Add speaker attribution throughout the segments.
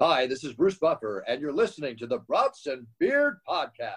Speaker 1: Hi, this is Bruce Buffer, and you're listening to the Broughts and Beard Podcast.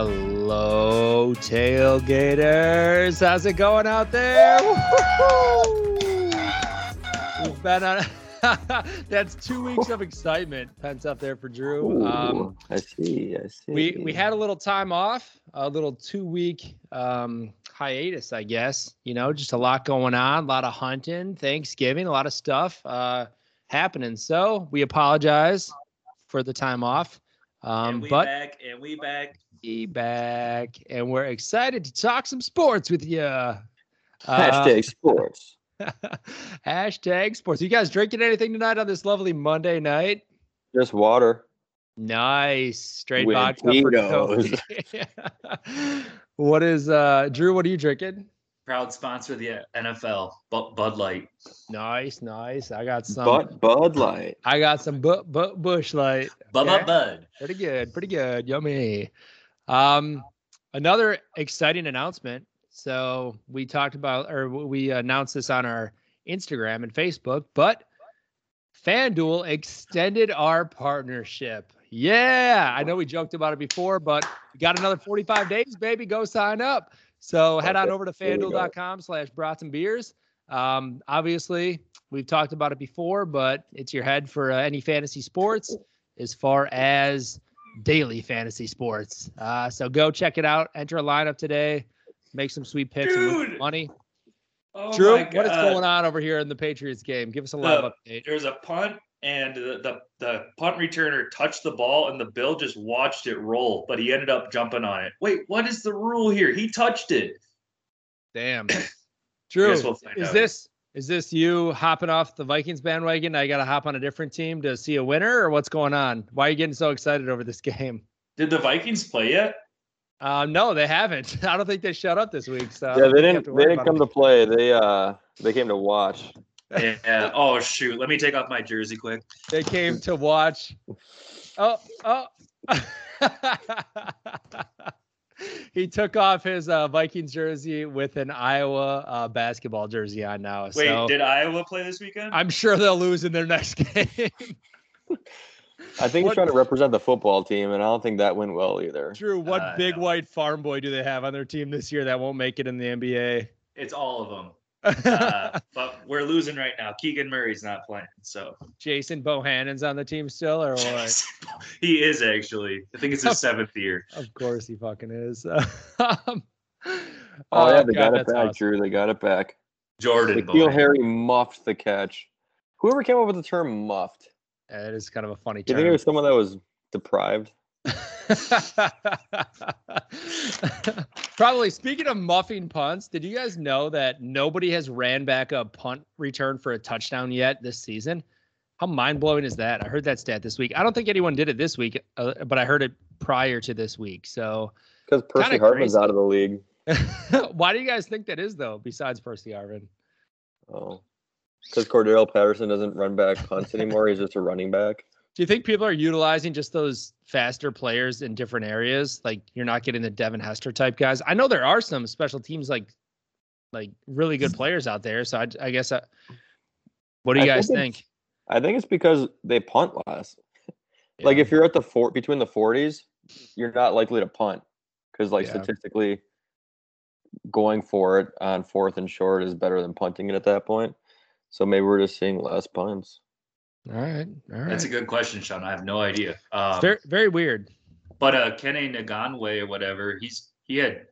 Speaker 2: Hello, tailgaters. How's it going out there? Woo-hoo-hoo. We've been on. That's two weeks of excitement pent up there for Drew. Um,
Speaker 3: Ooh, I see. I see.
Speaker 2: we we had a little time off, a little two week um, hiatus, I guess. You know, just a lot going on, a lot of hunting, Thanksgiving, a lot of stuff uh, happening. So we apologize for the time off. Um,
Speaker 4: and we
Speaker 2: but
Speaker 4: back and we back.
Speaker 2: be back, and we're excited to talk some sports with you. uh,
Speaker 3: hashtag sports.
Speaker 2: hashtag sports. You guys drinking anything tonight on this lovely Monday night?
Speaker 3: Just water.
Speaker 2: Nice, straight
Speaker 3: With
Speaker 2: vodka for
Speaker 3: Tito's.
Speaker 2: Cody. what is uh, Drew? What are you drinking?
Speaker 4: Proud sponsor of the NFL, Bu- Bud Light.
Speaker 2: Nice, nice. I got some.
Speaker 3: Bud, Bud Light.
Speaker 2: I got some bu- bu- bush light.
Speaker 4: Bud
Speaker 2: Yeah.
Speaker 4: Bud Bud.
Speaker 2: Pretty good, pretty good. Yummy. Um, another exciting announcement. So we talked about, or we announced this on our Instagram and Facebook, but FanDuel extended our partnership. Yeah, I know we joked about it before, but we got another 45 days, baby. Go sign up. So head on over to
Speaker 3: There we go.
Speaker 2: fanduel.com slash brats and beers. Um, obviously, we've talked about it before, but it's your head for uh, any fantasy sports as far as daily fantasy sports. Uh, so go check it out. Enter a lineup today. Make some sweet picks and win some
Speaker 4: Dude!
Speaker 2: money.
Speaker 4: Oh
Speaker 2: Drew,
Speaker 4: my
Speaker 2: what is
Speaker 4: God.
Speaker 2: going on over here in the Patriots game? Give us a live
Speaker 4: The-
Speaker 2: update.
Speaker 4: There was a punt, and the, the the punt returner touched the ball, and the Bill just watched it roll, but he ended up jumping on it. Wait, what is the rule here? He touched it.
Speaker 2: Damn.
Speaker 4: I
Speaker 2: Drew,
Speaker 4: guess we'll find
Speaker 2: is
Speaker 4: out.
Speaker 2: this is this you hopping off the Vikings bandwagon? I got to hop on a different team to see a winner, or what's going on? Why are you getting so excited over this game?
Speaker 4: Did the Vikings play yet?
Speaker 2: Uh, no, they haven't. I don't think they shut up this week. So I
Speaker 3: yeah,
Speaker 2: don't
Speaker 3: they
Speaker 2: think uh, we have
Speaker 3: didn't.
Speaker 2: to
Speaker 3: They
Speaker 2: worry
Speaker 3: didn't
Speaker 2: about
Speaker 3: come
Speaker 2: it.
Speaker 3: to play. They uh, they came to watch.
Speaker 4: yeah. Oh shoot. Let me take off my jersey quick.
Speaker 2: They came to watch. Oh, oh. he took off his uh, Vikings jersey with an Iowa uh, basketball jersey on now.
Speaker 4: Wait,
Speaker 2: so
Speaker 4: did Iowa play this weekend?
Speaker 2: I'm sure they'll lose in their next game.
Speaker 3: I think
Speaker 2: What-
Speaker 3: he's trying to represent the football team, and I don't think that went well either.
Speaker 2: Drew, what
Speaker 4: Uh,
Speaker 2: big
Speaker 4: no.
Speaker 2: white farm boy do they have on their team this year that won't make it in the NBA?
Speaker 4: it's all of them. Uh, but we're losing right now. Keegan Murray's not playing, so
Speaker 2: Jason Bohannon's on the team still, or what?
Speaker 4: he is actually. I think it's his seventh year.
Speaker 2: of course he fucking is. Um,
Speaker 3: Oh yeah, they
Speaker 2: God,
Speaker 3: got it
Speaker 2: that's
Speaker 3: back,
Speaker 2: awesome.
Speaker 3: Drew. They got it back.
Speaker 4: Jordan.
Speaker 3: Nikhil
Speaker 4: Boyd.
Speaker 3: Harry muffed the catch. Whoever came up with the term "muffed,"
Speaker 2: That is kind of a funny
Speaker 3: do you think it
Speaker 2: term.
Speaker 3: was someone that was deprived?
Speaker 2: Probably. Speaking of muffing punts, did you guys know that nobody has ran back a punt return for a touchdown yet this season? How mind blowing is that? I heard that stat this week. I don't think anyone did it this week, uh, but I heard it prior to this week. So,
Speaker 3: Because Percy
Speaker 2: Kinda
Speaker 3: Hartman's
Speaker 2: crazy.
Speaker 3: out of the league.
Speaker 2: why do you guys think that is though? Besides Percy Harvin,
Speaker 3: Oh, because Cordell Patterson doesn't run back punts anymore. He's just a running back.
Speaker 2: do you think people are utilizing just those faster players in different areas? Like you're not getting the Devin Hester type guys. I know there are some special teams like like really good players out there. So I, I guess I, what do you
Speaker 3: I
Speaker 2: guys
Speaker 3: think it's-
Speaker 2: think?
Speaker 3: I think it's because they punt less. Like
Speaker 2: Yeah.
Speaker 3: if you're at the four between the forties, you're not likely to punt because like
Speaker 2: Yeah.
Speaker 3: statistically, going for it on fourth and short is better than punting it at that point. So maybe we're just seeing less punts.
Speaker 2: all right, all right.
Speaker 4: That's a good question, Sean. I have no idea. Um,
Speaker 2: It's very very weird.
Speaker 4: But uh, Kenny Naganwe or whatever, he's he had.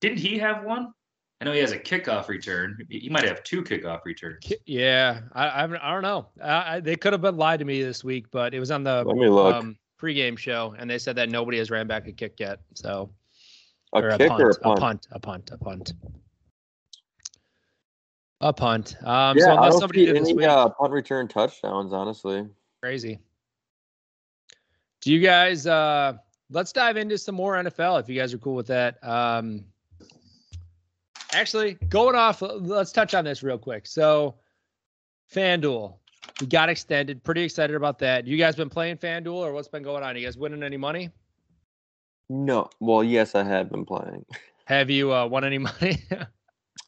Speaker 4: Didn't he have one? I know he has a kickoff return. He he might have two kickoff returns.
Speaker 2: Ki- Yeah, I I, I don't know. I, I, they could have been lied to me this week, but it was on the
Speaker 3: Let me
Speaker 4: Oh,
Speaker 3: look.
Speaker 2: um, pregame show, and they said that nobody has ran back a kick yet. So
Speaker 3: a
Speaker 2: or
Speaker 3: kick or a punt?
Speaker 2: a punt, a punt, a punt, a punt. Um,
Speaker 3: yeah,
Speaker 2: so
Speaker 3: I
Speaker 2: unless
Speaker 3: don't
Speaker 2: somebody
Speaker 3: see
Speaker 2: did this
Speaker 3: any
Speaker 2: week,
Speaker 3: uh, punt return touchdowns. Honestly,
Speaker 2: crazy. Do you guys? Uh, let's dive into some more NFL if you guys are cool with that. Um, actually, going off, let's touch on this real quick. So, FanDuel, we got extended. Pretty excited about that. You guys been playing FanDuel or what's been going on? You guys winning any money?
Speaker 3: No. Well, yes, I have been playing.
Speaker 2: Have you uh, won any money?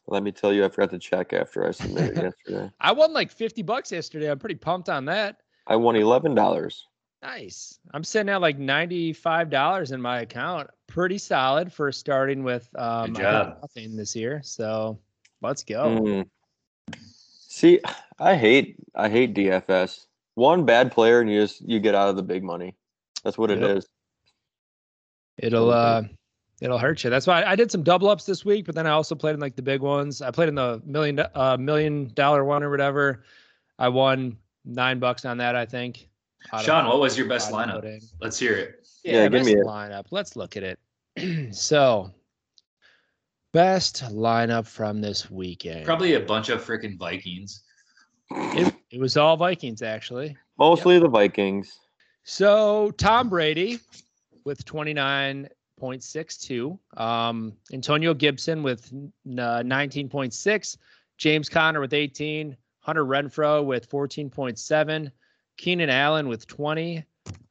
Speaker 3: Let me tell you, I forgot to check after I submitted yesterday.
Speaker 2: I won like 50 bucks yesterday. I'm pretty pumped on that.
Speaker 3: I won eleven dollars.
Speaker 2: Nice. I'm sitting at like $95 in my account. Pretty solid for starting with um,
Speaker 4: Good
Speaker 2: I got
Speaker 4: job. Mm.
Speaker 2: nothing this year. So let's go.
Speaker 3: Mm. See, I hate I hate DFS. One bad player and you just you get out of the big money. That's what it
Speaker 2: Yep.
Speaker 3: is.
Speaker 2: It'll uh,
Speaker 3: Totally.
Speaker 2: it'll hurt you. That's why I did some double ups this week, but then I also played in like the big ones. I played in the million do- uh, million dollar one or whatever. I won nine bucks on that. I think. Out of-
Speaker 4: Sean, what was your
Speaker 2: out
Speaker 4: best
Speaker 2: of
Speaker 4: lineup?
Speaker 2: voting.
Speaker 4: Let's hear it.
Speaker 2: Yeah,
Speaker 3: Yeah, give
Speaker 2: best
Speaker 3: me it.
Speaker 2: lineup. Let's look at it. so, best lineup from this weekend.
Speaker 4: Probably a bunch of freaking Vikings.
Speaker 2: it, it was all Vikings actually.
Speaker 3: Mostly the Vikings.
Speaker 2: So Tom Brady with 29.62, um, Antonio Gibson with n- uh, 19.6, James Conner with 18, Hunter Renfro with 14.7, Keenan Allen with 20,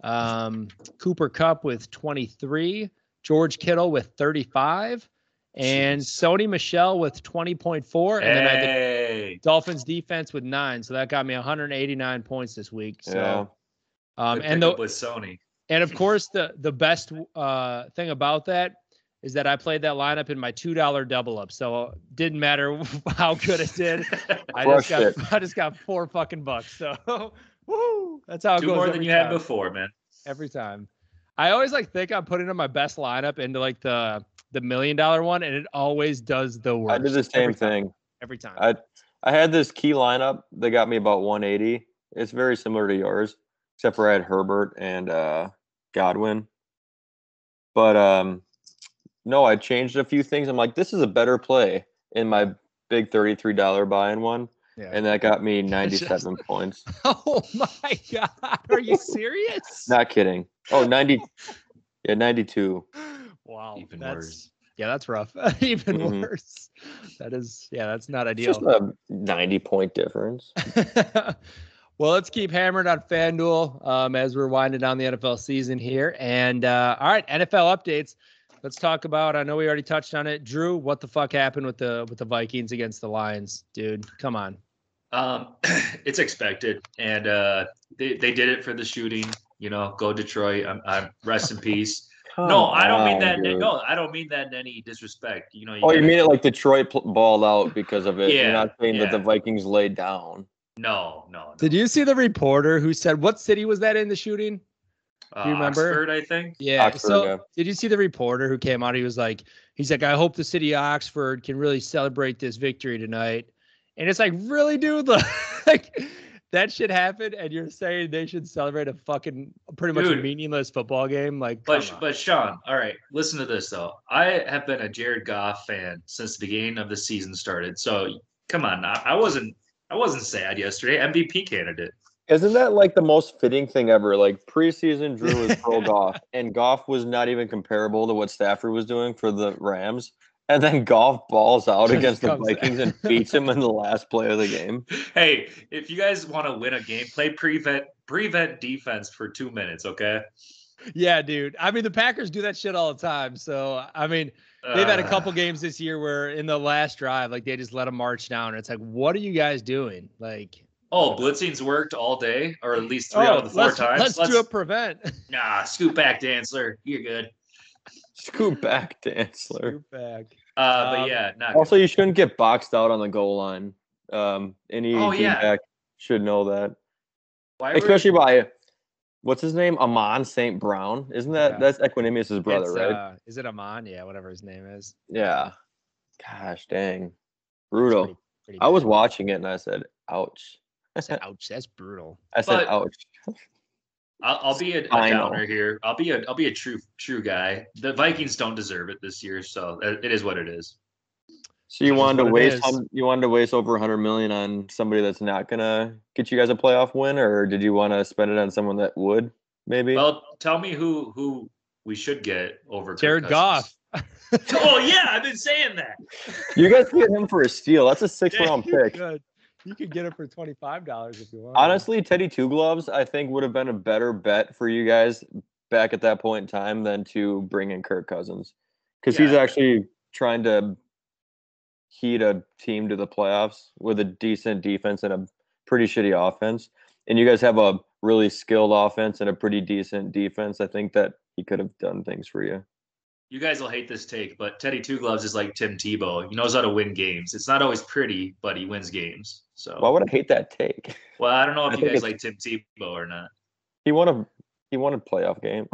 Speaker 2: um, Cooper Cup with 23, George Kittle with 35, and
Speaker 4: Jeez.
Speaker 2: Sony Michelle with 20.4, and then I had the
Speaker 4: Hey,
Speaker 2: Dolphins defense with nine. So that got me 189 points this week. So.
Speaker 3: yeah.
Speaker 2: Um,
Speaker 4: good
Speaker 2: and
Speaker 4: pickup
Speaker 2: the,
Speaker 4: with Sony.
Speaker 2: and of course the the best uh, thing about that is that I played that lineup in my two dollar double up, so it didn't matter how good it did. I just
Speaker 3: Crushed
Speaker 2: got I just got four fucking bucks. So woo, that's how it
Speaker 4: Two
Speaker 2: goes.
Speaker 4: more than
Speaker 2: every
Speaker 4: you
Speaker 2: time,
Speaker 4: had before, man.
Speaker 2: Every time, I always like think I'm putting in my best lineup into like the the million dollar one, and it always does the worst.
Speaker 3: I did the same
Speaker 2: every time-
Speaker 3: thing.
Speaker 2: every time.
Speaker 3: I I had this key lineup that got me about 180. It's very similar to yours, except for I had Herbert and uh, Godwin. But um, no, I changed a few things. I'm like, this is a better play in my big $33 buy-in one,
Speaker 2: Yeah.
Speaker 3: and that got me 97 points.
Speaker 2: oh my god, are you serious?
Speaker 3: Not kidding. Oh, 90. yeah, 92.
Speaker 2: wow,
Speaker 4: Even
Speaker 2: Oh, that's,
Speaker 4: worse.
Speaker 2: Yeah, that's rough. Even
Speaker 3: Mhm.
Speaker 2: worse. That is, yeah, that's not
Speaker 3: It's just
Speaker 2: ideal.
Speaker 3: a 90 point difference.
Speaker 2: well, let's keep hammering on FanDuel um, as we're winding down the NFL season here. And uh, all right, NFL updates. Let's talk about. I know we already touched on it. Drew, what the fuck happened with the with the Vikings against the Lions, dude? Come on.
Speaker 4: Um, it's expected, and uh, they they did it for the shooting. You know, go Detroit. I'm, I'm rest in peace.
Speaker 2: Oh,
Speaker 4: No, I don't mean that.
Speaker 3: Come on, dude.
Speaker 4: No, I don't mean that in any disrespect. You know.
Speaker 3: Oh, you
Speaker 4: gotta-
Speaker 3: mean it like Detroit pl- balled out because of it?
Speaker 4: Yeah,
Speaker 3: You're not saying that the
Speaker 4: yeah.
Speaker 3: Vikings laid down.
Speaker 4: No, no. no.
Speaker 2: Did you see the reporter who said what city was that in the shooting?
Speaker 4: Uh,
Speaker 2: do you remember?
Speaker 4: Oxford, I think.
Speaker 2: Yeah.
Speaker 3: Oxford,
Speaker 2: so
Speaker 3: yeah.
Speaker 2: did you see the reporter who came out? He was like, he's like, I hope the city of Oxford can really celebrate this victory tonight. And it's like, really, dude, like that shit happened, and you're saying they should celebrate a fucking pretty much
Speaker 4: Dude.
Speaker 2: meaningless football game? Like,
Speaker 4: But
Speaker 2: come on.
Speaker 4: but Sean, all right, listen to this though. I have been a Jared Goff fan since the beginning of the season started. So come on, I, I wasn't I wasn't sad yesterday. MVP candidate.
Speaker 3: Isn't that like the most fitting thing ever? Like preseason, Drew was pro Goff, and Goff was not even comparable to what Stafford was doing for the Rams. And then Goff balls out
Speaker 2: Just
Speaker 3: against the
Speaker 2: comes-
Speaker 3: Vikings and beats him in the last play of the game.
Speaker 4: Hey, if you guys want to win a game, play prevent prevent defense for two minutes, okay?
Speaker 2: yeah, dude. I mean, the Packers do that shit all the time. So I mean, they've had a
Speaker 4: Uh,
Speaker 2: couple games this year where in the last drive, like they just let them march down. It's like, what are you guys doing? Like,
Speaker 4: Oh, blitzing's worked all day, or at least three
Speaker 2: oh,
Speaker 4: out of the 4
Speaker 2: let's,
Speaker 4: times.
Speaker 2: let's do a prevent.
Speaker 4: nah, scoot back, Dantzler. You're good.
Speaker 3: Scoop back, Dantzler.
Speaker 2: Scoop back.
Speaker 4: Uh, but
Speaker 2: Um,
Speaker 4: yeah, not
Speaker 3: Also, you shouldn't get boxed out on the goal line. Um, any
Speaker 4: Oh,
Speaker 3: team
Speaker 4: yeah.
Speaker 3: back should know that,
Speaker 4: Why were-
Speaker 3: especially by what's his name, Amon St. Brown. Isn't that
Speaker 2: Yeah.
Speaker 3: that's Equinemius's brother,
Speaker 2: It's,
Speaker 3: right?
Speaker 2: uh, is it Amon? Yeah, whatever his name is.
Speaker 3: Yeah. Gosh dang.
Speaker 2: It's
Speaker 3: Brutal.
Speaker 2: pretty- pretty
Speaker 3: I was
Speaker 2: bad.
Speaker 3: watching it and I said, ouch.
Speaker 2: I said, Ouch, that's brutal.
Speaker 3: I said,
Speaker 4: But-
Speaker 3: ouch.
Speaker 4: I'll, I'll be a, a
Speaker 3: Final.
Speaker 4: downer here. I'll be a I'll be a true true guy. The Vikings don't deserve it this year, so it it is what it is.
Speaker 3: So you
Speaker 2: That's
Speaker 3: wanted to
Speaker 2: what it
Speaker 3: waste
Speaker 2: is.
Speaker 3: hun- you wanted to waste over 100 million on somebody that's not going to get you guys a playoff win or did you want to spend it on someone that would maybe?
Speaker 4: Well, tell me who who we should get over Kirk
Speaker 2: Jared Goff.
Speaker 4: Cousins. oh yeah, I've been saying that.
Speaker 3: you guys get him for a steal. That's a 6 round pick.
Speaker 2: Good. You could get it for twenty five dollars if you want.
Speaker 3: Honestly, Teddy Two Gloves, I think, would have been a better bet for you guys back at that point in time than to bring in Kirk Cousins because he's
Speaker 4: Yeah.
Speaker 3: actually trying to heat a team to the playoffs with a decent defense and a pretty shitty offense. And you guys have a really skilled offense and a pretty decent defense. I think that he could have done things for you.
Speaker 4: You guys will hate this take, but Teddy Two Gloves is like Tim Tebow. He knows how to win games. It's not always pretty, but he wins games. So,
Speaker 2: Oh.
Speaker 3: Why would I hate that take?
Speaker 4: well, I don't know
Speaker 3: I
Speaker 4: if you
Speaker 3: think
Speaker 4: guys
Speaker 3: it's-
Speaker 4: like Tim Tebow or not.
Speaker 3: He won a he won a playoff game.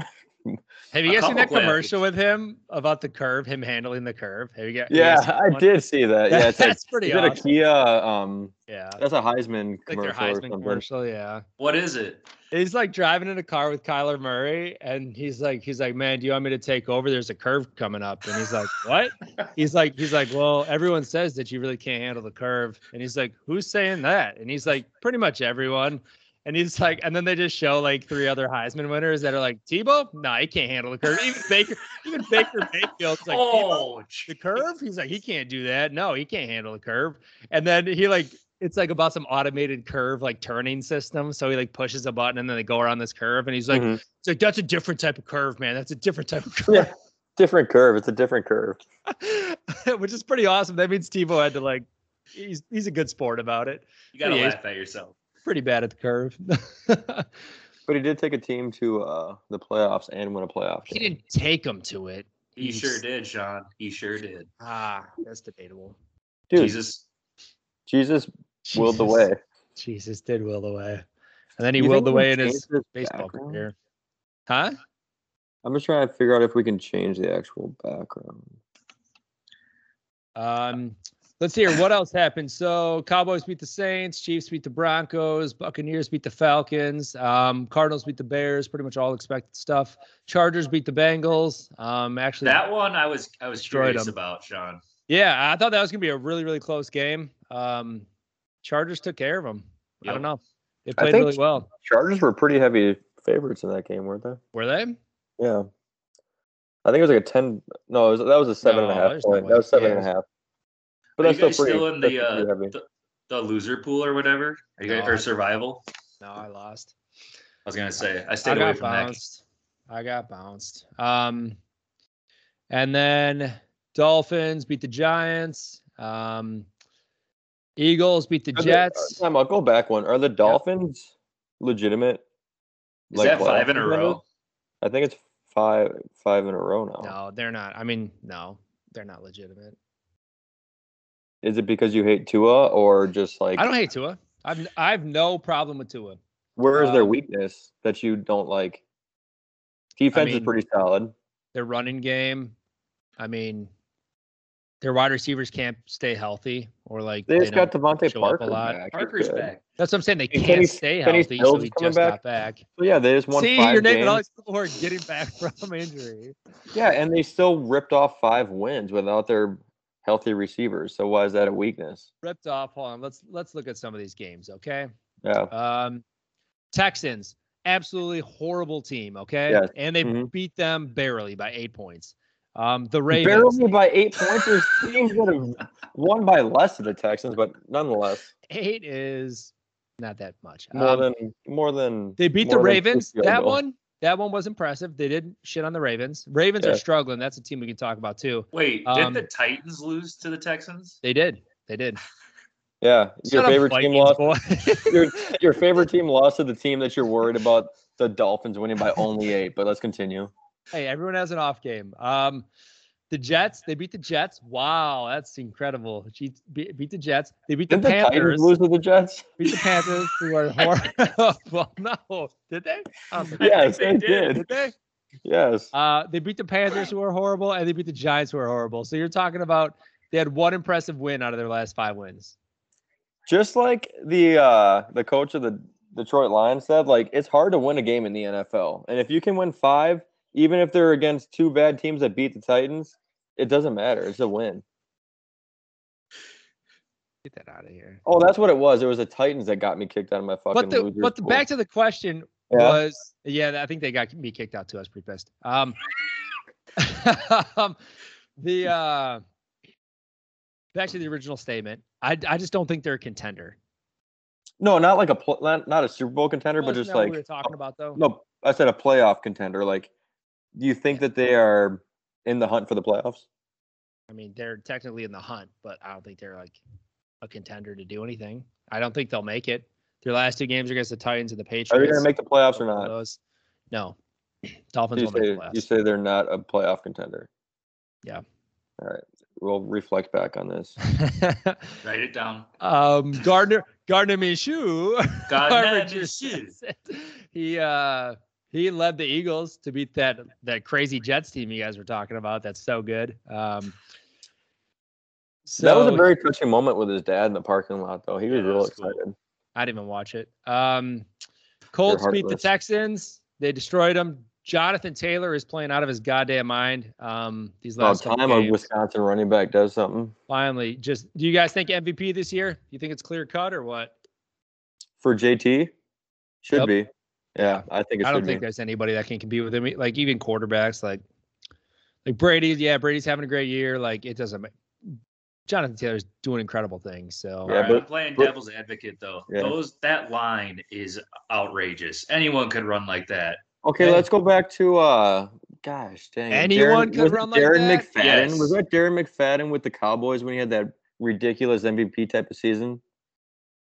Speaker 2: have
Speaker 4: a
Speaker 2: you guys seen that
Speaker 4: couple playoff
Speaker 2: commercial with him about the curve, him handling the curve? Have you got? you guys
Speaker 3: Yeah,
Speaker 2: seen that
Speaker 3: I
Speaker 2: one?
Speaker 3: did see that. Yeah, it's like,
Speaker 2: that's pretty
Speaker 3: is it a
Speaker 2: awesome.
Speaker 3: Kia? Um,
Speaker 2: Yeah,
Speaker 3: that's a Heisman
Speaker 2: like their
Speaker 3: commercial or
Speaker 2: Heisman
Speaker 3: something.
Speaker 2: commercial. Yeah.
Speaker 4: What is it?
Speaker 2: He's like driving in a car with Kyler Murray, and he's like, he's like, man, do you want me to take over? There's a curve coming up, and he's like, what? He's like, he's like, well, everyone says that you really can't handle the curve, and he's like, who's saying that? And he's like, pretty much everyone. And he's like, and then they just show like three other Heisman winners that are like, Tebow, no, nah, he can't handle the curve. Even Baker, even Baker Mayfield's like, "Tebow,
Speaker 4: oh,
Speaker 2: the curve? He's like, he can't do that. No, he can't handle the curve. And then he like, it's like about some automated curve like turning system. So he like pushes a button and then they go around this curve and he's like,
Speaker 3: Mhm.
Speaker 2: it's like that's a different type of curve, man. That's a different type of curve,
Speaker 3: Yeah, different curve. It's a different curve.
Speaker 2: which is pretty awesome. That means Tebow had to like, he's he's a good sport about it.
Speaker 4: you gotta
Speaker 2: Yeah, he's-
Speaker 4: laugh at yourself.
Speaker 2: Pretty bad at the curve.
Speaker 3: But he did take a team to uh, the playoffs and win a playoff
Speaker 2: he
Speaker 3: game.
Speaker 2: didn't take him to it.
Speaker 4: He
Speaker 2: He's-
Speaker 4: sure did, Sean. He sure did.
Speaker 2: Ah, that's debatable.
Speaker 3: Dude, Jesus,
Speaker 4: Jesus,
Speaker 3: willed the
Speaker 2: Jesus-
Speaker 3: way.
Speaker 2: Jesus did will the way, and then he
Speaker 3: You
Speaker 2: willed
Speaker 3: think
Speaker 2: the
Speaker 3: we
Speaker 2: way in
Speaker 3: changed
Speaker 2: his
Speaker 3: his
Speaker 2: baseball
Speaker 3: background?
Speaker 2: career. Huh?
Speaker 3: I'm just trying to figure out if we can change the actual background.
Speaker 2: Um, let's hear what else happened. So Cowboys beat the Saints, Chiefs beat the Broncos, Buccaneers beat the Falcons, um, Cardinals beat the Bears. Pretty much all expected stuff. Chargers beat the Bengals. Um, actually,
Speaker 4: that one I was I was
Speaker 2: Destroyed
Speaker 4: curious
Speaker 2: him.
Speaker 4: about, Sean.
Speaker 2: yeah, I thought that was gonna be a really really close game. Um, Chargers took care of them. I
Speaker 4: Yep.
Speaker 2: don't know. They
Speaker 3: I
Speaker 2: played
Speaker 3: think-
Speaker 2: really well.
Speaker 3: Chargers were pretty heavy favorites in that game, weren't they?
Speaker 2: Were they?
Speaker 3: Yeah. I think it was like a 10. No, it was, that was a seven and a
Speaker 2: No,
Speaker 3: half
Speaker 2: there's no
Speaker 3: point.
Speaker 2: way.
Speaker 3: that was seven
Speaker 2: Yeah,
Speaker 3: and a half.
Speaker 4: Are
Speaker 3: But
Speaker 4: you
Speaker 3: that's still
Speaker 4: guys
Speaker 3: pretty,
Speaker 4: still in
Speaker 3: that's
Speaker 4: the,
Speaker 3: still pretty
Speaker 4: uh,
Speaker 3: heavy.
Speaker 4: the- The loser pool or whatever, Are you guys,
Speaker 2: No, I-
Speaker 4: or survival.
Speaker 2: No, I lost.
Speaker 4: I was gonna say I
Speaker 2: I
Speaker 4: stayed away
Speaker 2: got
Speaker 4: from
Speaker 2: bounced. I got bounced. Um, and then Dolphins beat the Giants. Um, Eagles beat the
Speaker 3: Are the-
Speaker 2: Jets.
Speaker 3: Time, I'll go back one. Are the Dolphins legitimate?
Speaker 4: that. Is that
Speaker 3: playoff
Speaker 4: five in a
Speaker 3: contenders?
Speaker 4: row?
Speaker 3: I think it's five five in a row now.
Speaker 2: No, they're not. I mean, no, they're not legitimate.
Speaker 3: Is it because you hate Tua or just like
Speaker 2: I don't hate Tua. I've I've no problem with Tua.
Speaker 3: where is their
Speaker 2: um,
Speaker 3: weakness that you don't like? Defense
Speaker 2: mean-
Speaker 3: is pretty solid.
Speaker 2: Their running game. I mean, their wide receivers can't stay healthy or like
Speaker 3: They just got
Speaker 2: don't-
Speaker 3: Devontae
Speaker 2: show up a
Speaker 3: Parker
Speaker 2: lot.
Speaker 3: back. He's
Speaker 4: Parker's
Speaker 3: good.
Speaker 4: back.
Speaker 2: That's what I'm saying. They
Speaker 3: and
Speaker 2: can't
Speaker 3: Kenny-
Speaker 2: stay
Speaker 3: Kenny
Speaker 2: healthy, so
Speaker 3: Stills
Speaker 2: he
Speaker 3: coming
Speaker 2: just got back.
Speaker 3: So yeah, they just won
Speaker 2: See,
Speaker 3: five
Speaker 2: you're naming
Speaker 3: games.
Speaker 2: all these people who are getting back from injury.
Speaker 3: Yeah, and they still ripped off five wins without their healthy receivers. So why is that a weakness?
Speaker 2: ripped off. Hold on, let's let's look at some of these games, okay?
Speaker 3: Yeah.
Speaker 2: Um, Texans, absolutely horrible team, okay?
Speaker 3: Yes.
Speaker 2: And they
Speaker 3: Mhm.
Speaker 2: beat them barely by eight points. Um, the Ravens,
Speaker 3: Barely by eight points. There's teams that have won by less of the Texans, but nonetheless,
Speaker 2: eight is not that much.
Speaker 3: more
Speaker 2: Um,
Speaker 3: than more than
Speaker 2: they beat the
Speaker 3: more than two
Speaker 2: Ravens.
Speaker 3: field
Speaker 2: That
Speaker 3: goals.
Speaker 2: one, that one was impressive. They did shit on the Ravens. Ravens
Speaker 3: Yeah.
Speaker 2: are struggling. That's a team we can talk about too.
Speaker 4: Wait,
Speaker 2: Um,
Speaker 4: did the Titans lose to the Texans?
Speaker 2: They did. They did.
Speaker 3: Yeah, your
Speaker 2: Shut up,
Speaker 3: favorite team
Speaker 2: Vikings,
Speaker 3: lost.
Speaker 2: boy.
Speaker 3: your your favorite team lost to the team that you're worried about the Dolphins winning by only eight. But let's continue.
Speaker 2: Hey, everyone has an off game. Um, the Jets, they beat the Jets. Wow, that's incredible. She beat, beat the Jets. They beat the
Speaker 3: Did the Titans
Speaker 2: Panthers.
Speaker 3: lose to the Jets?
Speaker 2: beat the Panthers, who are horrible. no, did they? I don't think they
Speaker 3: Yes,
Speaker 4: they
Speaker 3: they
Speaker 4: did.
Speaker 3: did.
Speaker 2: Did they?
Speaker 3: Yes.
Speaker 2: Uh, they beat the Panthers, who are horrible, and they beat the Giants, who are horrible. So you're talking about they had one impressive win out of their last five wins.
Speaker 3: Just like the uh, the coach of the Detroit Lions said, like it's hard to win a game in the NFL, and if you can win five, even if they're against two bad teams that beat the Titans, it doesn't matter. It's a win.
Speaker 2: Get that out of here.
Speaker 3: Oh, that's what it was. It was the Titans that got me kicked out of my fucking.
Speaker 2: But the
Speaker 3: loser's
Speaker 2: but the,
Speaker 3: pool.
Speaker 2: back to the question
Speaker 3: yeah.
Speaker 2: was yeah, I think they got me kicked out too. I was pretty pissed. Um, um, the uh, back to the original statement. I I just don't think they're a contender.
Speaker 3: No, not like a pl- not, not a Super Bowl contender,
Speaker 2: Well,
Speaker 3: but
Speaker 2: isn't
Speaker 3: just
Speaker 2: that what
Speaker 3: like
Speaker 2: we were talking about though.
Speaker 3: no, I said a playoff contender. Like, do you think that they are in the hunt for the playoffs?
Speaker 2: I mean, they're technically in the hunt, but I don't think they're like a contender to do anything. I don't think they'll make it. Their last two games are against the Titans and the Patriots.
Speaker 3: Are they going to make the playoffs or
Speaker 2: Both of
Speaker 3: not?
Speaker 2: those. No, Dolphins
Speaker 3: You
Speaker 2: won't make
Speaker 3: say,
Speaker 2: the playoffs.
Speaker 3: you say they're not a playoff contender.
Speaker 2: Yeah.
Speaker 3: All right. We'll reflect back on this.
Speaker 4: Write it down.
Speaker 2: um, Gardner Gardner Minshew.
Speaker 4: Gardner
Speaker 2: however you say
Speaker 4: Minshew.
Speaker 2: it. He uh, he led the Eagles to beat that that crazy Jets team you guys were talking about. That's so good. Um, so
Speaker 3: that was a very touching moment with his dad in the parking lot, though. He
Speaker 4: Yeah,
Speaker 3: was
Speaker 4: that
Speaker 3: real
Speaker 4: was cool.
Speaker 3: excited.
Speaker 2: I didn't even watch it. Um, Colts beat the
Speaker 3: heartless.
Speaker 2: Texans. They destroyed them. Jonathan Taylor is playing out of his goddamn mind. Um, these
Speaker 3: About
Speaker 2: last couple
Speaker 3: Oh, time a
Speaker 2: games.
Speaker 3: Wisconsin running back does something
Speaker 2: finally, just do you guys think MVP this year? You think it's clear cut or what?
Speaker 3: for JT. Should
Speaker 2: Yep.
Speaker 3: be. Yeah, I think it
Speaker 2: I
Speaker 3: should
Speaker 2: don't
Speaker 3: be.
Speaker 2: think there's anybody that can compete with him. e, Like even quarterbacks, like like Brady. Yeah, Brady's having a great year. Like it doesn't. ma- Jonathan Taylor's doing incredible things. So
Speaker 3: Yeah,
Speaker 4: All right,
Speaker 3: but-
Speaker 4: I'm playing
Speaker 3: but-
Speaker 4: devil's advocate though.
Speaker 3: Yeah.
Speaker 4: Those that line is outrageous. Anyone could run like that.
Speaker 3: Okay,
Speaker 2: Hey.
Speaker 3: let's go back to uh gosh dang.
Speaker 2: Anyone
Speaker 3: Darren,
Speaker 2: could
Speaker 3: was
Speaker 2: run
Speaker 3: it
Speaker 2: like
Speaker 3: Darren
Speaker 2: that?
Speaker 3: McFadden. Was
Speaker 4: Yes.
Speaker 3: that Darren McFadden with the Cowboys when he had that ridiculous MVP type of season?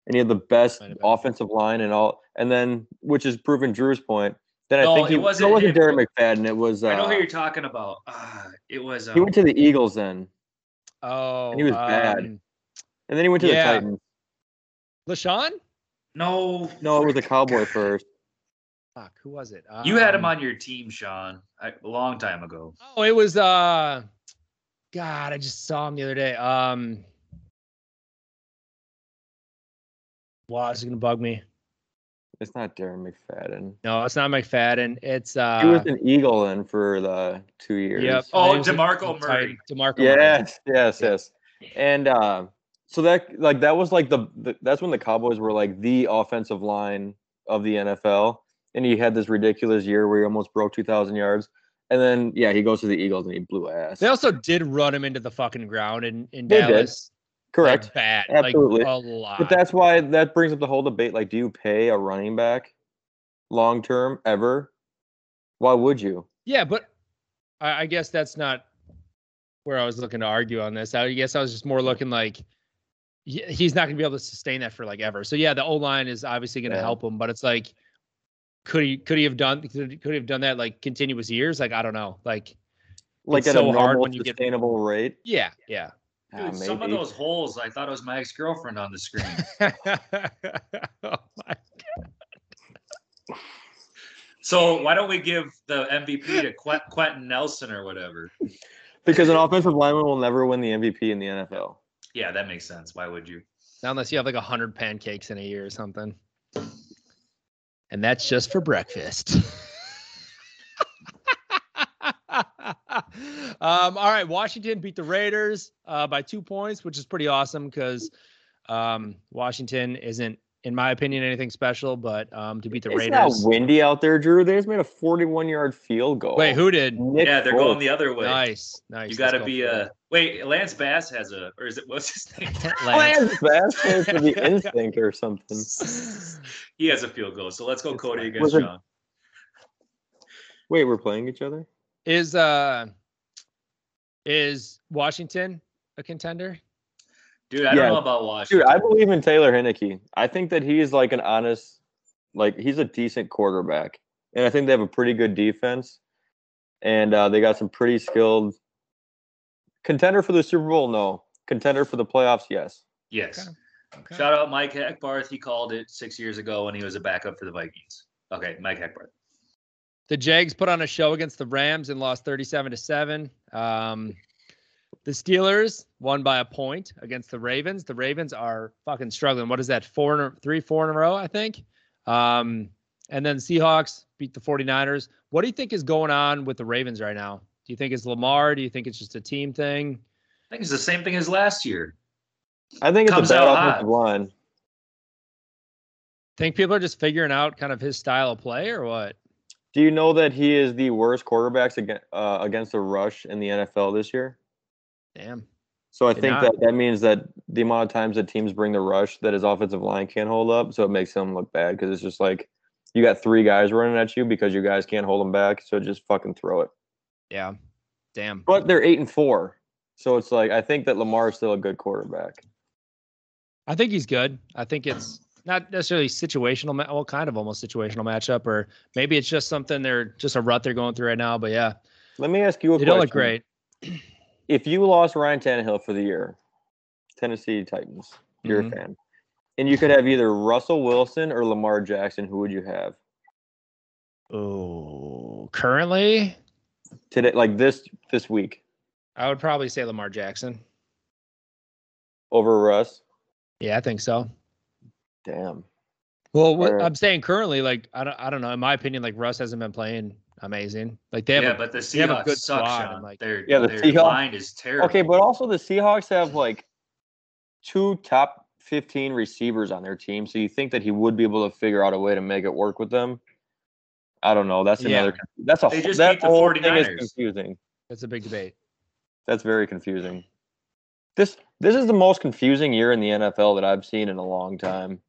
Speaker 3: And he had the best
Speaker 2: Might have been.
Speaker 3: offensive line and all and then which is proven Drew's point. Then
Speaker 4: No,
Speaker 3: I think he
Speaker 4: it wasn't
Speaker 3: it wasn't
Speaker 4: him.
Speaker 3: Darren McFadden, it was uh,
Speaker 4: I know who you're talking about. Ah, it was. Um,
Speaker 3: he went to the Eagles then.
Speaker 2: oh,
Speaker 3: He was bad.
Speaker 2: um,
Speaker 3: And then he went to
Speaker 2: Yeah.
Speaker 3: the Titans.
Speaker 2: Lashawn.
Speaker 4: no,
Speaker 3: No, it was the Cowboy first.
Speaker 2: Fuck, who was it?
Speaker 4: you had him
Speaker 2: Um,
Speaker 4: on your team, Sean, I, a long time ago.
Speaker 2: Oh, it was uh God, I just saw him the other day. Um Wow, this is gonna bug me.
Speaker 3: It's not Darren McFadden.
Speaker 2: No, it's not McFadden. It's uh
Speaker 3: He was an Eagle then for the two years.
Speaker 2: yep.
Speaker 4: Oh,
Speaker 2: He was-
Speaker 4: DeMarco Murray.
Speaker 2: DeMarco Murray.
Speaker 3: Yes, yes,
Speaker 2: Yeah.
Speaker 3: yes. And uh, so that like that was like the, the that's when the Cowboys were like the offensive line of the NFL, and he had this ridiculous year where he almost broke two thousand yards, and then yeah, he goes to the Eagles and he blew ass.
Speaker 2: They also did run him into the fucking ground in, in
Speaker 3: They did.
Speaker 2: Dallas. like,
Speaker 3: Correct,
Speaker 2: bad.
Speaker 3: Absolutely.
Speaker 2: Like a lot.
Speaker 3: but that's why that brings up the whole debate: like, do you pay a running back long term ever? Why would you?
Speaker 2: yeah, but I, I guess that's not where I was looking to argue on this. I guess I was just more looking like he- he's not going to be able to sustain that for like ever. So yeah, the O line is obviously going to
Speaker 3: Yeah.
Speaker 2: help him, but it's like could he could he have done could, he- could he have done that like continuous years? Like I don't know. Like
Speaker 3: Like
Speaker 2: It's
Speaker 3: at
Speaker 2: so
Speaker 3: a
Speaker 2: hard
Speaker 3: normal
Speaker 2: when you get-
Speaker 3: sustainable rate?
Speaker 2: yeah, yeah.
Speaker 4: Dude,
Speaker 3: Ah,
Speaker 4: some of
Speaker 3: maybe.
Speaker 4: those holes, I thought it was my ex girlfriend on the screen.
Speaker 2: oh my.
Speaker 4: so why don't we give the MVP to Qu- Quentin Nelson or whatever?
Speaker 3: because an offensive lineman will never win the MVP in the NFL.
Speaker 4: Yeah, that makes sense. Why would you?
Speaker 2: Not unless you have like a hundred pancakes in a year or something. And that's just for breakfast. um, all right, Washington beat the Raiders uh, by two points, which is pretty awesome because um, Washington isn't, in my opinion, anything special. But um, to beat the
Speaker 3: it's
Speaker 2: Raiders,
Speaker 3: not windy out there, Drew. They just made a 41 yard field goal.
Speaker 2: wait, who did?
Speaker 3: Nick
Speaker 4: yeah, they're
Speaker 3: Folk.
Speaker 4: going the other way.
Speaker 2: Nice, nice.
Speaker 4: You
Speaker 2: let's
Speaker 4: got to
Speaker 2: go
Speaker 4: be uh,
Speaker 2: for
Speaker 4: a wait. Lance Bass has a, or is it what's his name?
Speaker 2: it. Lance.
Speaker 3: Lance Oh, Bass played for the instinct or something.
Speaker 4: he has a field goal. So let's go, Cody against
Speaker 3: Was it-
Speaker 4: Sean.
Speaker 3: Wait, we're playing each other?
Speaker 2: Is uh, is Washington a contender?
Speaker 4: Dude, I
Speaker 3: Yeah.
Speaker 4: don't know about
Speaker 3: Dude,
Speaker 4: Washington.
Speaker 3: I believe in Taylor Henneke. I think that he's like an honest, like he's a decent quarterback, and I think they have a pretty good defense, and uh, they got some pretty skilled contender for the Super Bowl. No contender for the playoffs. Yes.
Speaker 4: yes.
Speaker 2: Okay. Okay.
Speaker 4: Shout out Mike Heckbarth. He called it six years ago when he was a backup for the Vikings. Okay, Mike Heckbarth.
Speaker 2: The Jags put on a show against the Rams and lost 37 to 7. Um, the Steelers won by a point against the Ravens. The Ravens are fucking struggling. What is that? Four in a, three, four in a row, I think. Um, and then Seahawks beat the 49ers. What do you think is going on with the Ravens right now? Do you think it's Lamar? Do you think it's just a team thing?
Speaker 4: I think it's the same thing as last year.
Speaker 3: I think it's
Speaker 4: Comes
Speaker 3: a bad
Speaker 4: out hot.
Speaker 3: offensive line.
Speaker 2: Think people are just figuring out kind of his style of play or what?
Speaker 3: Do you know that he is the worst quarterbacks against, uh, against the rush in the NFL this year?
Speaker 2: Damn.
Speaker 3: So I
Speaker 2: They're
Speaker 3: think
Speaker 2: not.
Speaker 3: that that means that the amount of times that teams bring the rush that his offensive line can't hold up, so it makes him look bad because it's just like you got three guys running at you because you guys can't hold them back, so just fucking throw it.
Speaker 2: Yeah. Damn.
Speaker 3: But they're eight and four, so it's like I think that Lamar is still a good quarterback.
Speaker 2: I think he's good. I think it's not necessarily situational, ma- well, kind of almost situational matchup, or maybe it's just something they're just a rut they're going through right now. But yeah,
Speaker 3: Let me ask you a
Speaker 2: they
Speaker 3: question:
Speaker 2: don't look great.
Speaker 3: If you lost Ryan Tannehill for the year, Tennessee Titans, you're
Speaker 4: Mm-hmm.
Speaker 2: Mhm.
Speaker 3: a fan, and you could have either Russell Wilson or Lamar Jackson, who would you have
Speaker 2: Mm-hmm. Oh, currently,
Speaker 3: today? Like this this week
Speaker 2: I would probably say Lamar Jackson.
Speaker 3: over Russ?
Speaker 2: Yeah, I think so.
Speaker 3: Damn.
Speaker 2: Well, what
Speaker 3: Or-
Speaker 2: I'm saying currently, like I don't, I don't know. In my opinion, like Russ hasn't been playing amazing. Like they have,
Speaker 4: yeah,
Speaker 2: a-
Speaker 4: but the
Speaker 2: they have a
Speaker 4: Seahawks
Speaker 2: good
Speaker 4: suck,
Speaker 2: squad,
Speaker 4: Sean.
Speaker 2: and, like-
Speaker 4: their
Speaker 3: Yeah, the
Speaker 4: their
Speaker 3: Seahawks-
Speaker 4: line is terrible.
Speaker 3: Okay, but also the Seahawks have like two top 15 receivers on their team. So you think that he would be able to figure out a way to make it work with them? I don't know. That's
Speaker 2: Yeah.
Speaker 3: another. That's a
Speaker 4: They just
Speaker 3: that
Speaker 4: beat the
Speaker 3: whole thing is
Speaker 4: 49ers.
Speaker 3: confusing.
Speaker 2: that's a big debate.
Speaker 3: That's very confusing. This this is the most confusing year in the NFL that I've seen in a long time.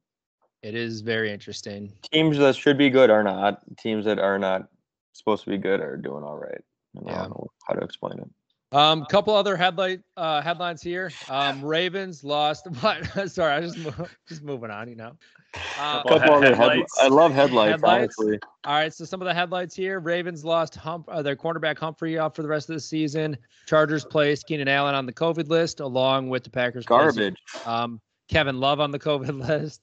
Speaker 2: It is very interesting.
Speaker 3: Teams that should be good are not. Teams that are not supposed to be good are doing all right. And I
Speaker 2: Yeah.
Speaker 3: don't know how to explain it.
Speaker 2: Um, couple other headlight uh, headlines here. Um, Ravens lost. What? Sorry, I just mo- just moving on. You know. Uh,
Speaker 4: Couple
Speaker 3: Couple other headli-
Speaker 4: headlights.
Speaker 3: I love headlights,
Speaker 2: Headlights.
Speaker 3: honestly.
Speaker 2: all right, so some of the headlights here: Ravens lost Hump, uh, their cornerback Humphrey off for the rest of the season. Chargers placed Keenan Allen on the COVID list, along with the Packers. placing
Speaker 3: Garbage.
Speaker 2: Um, Kevin Love on the COVID list.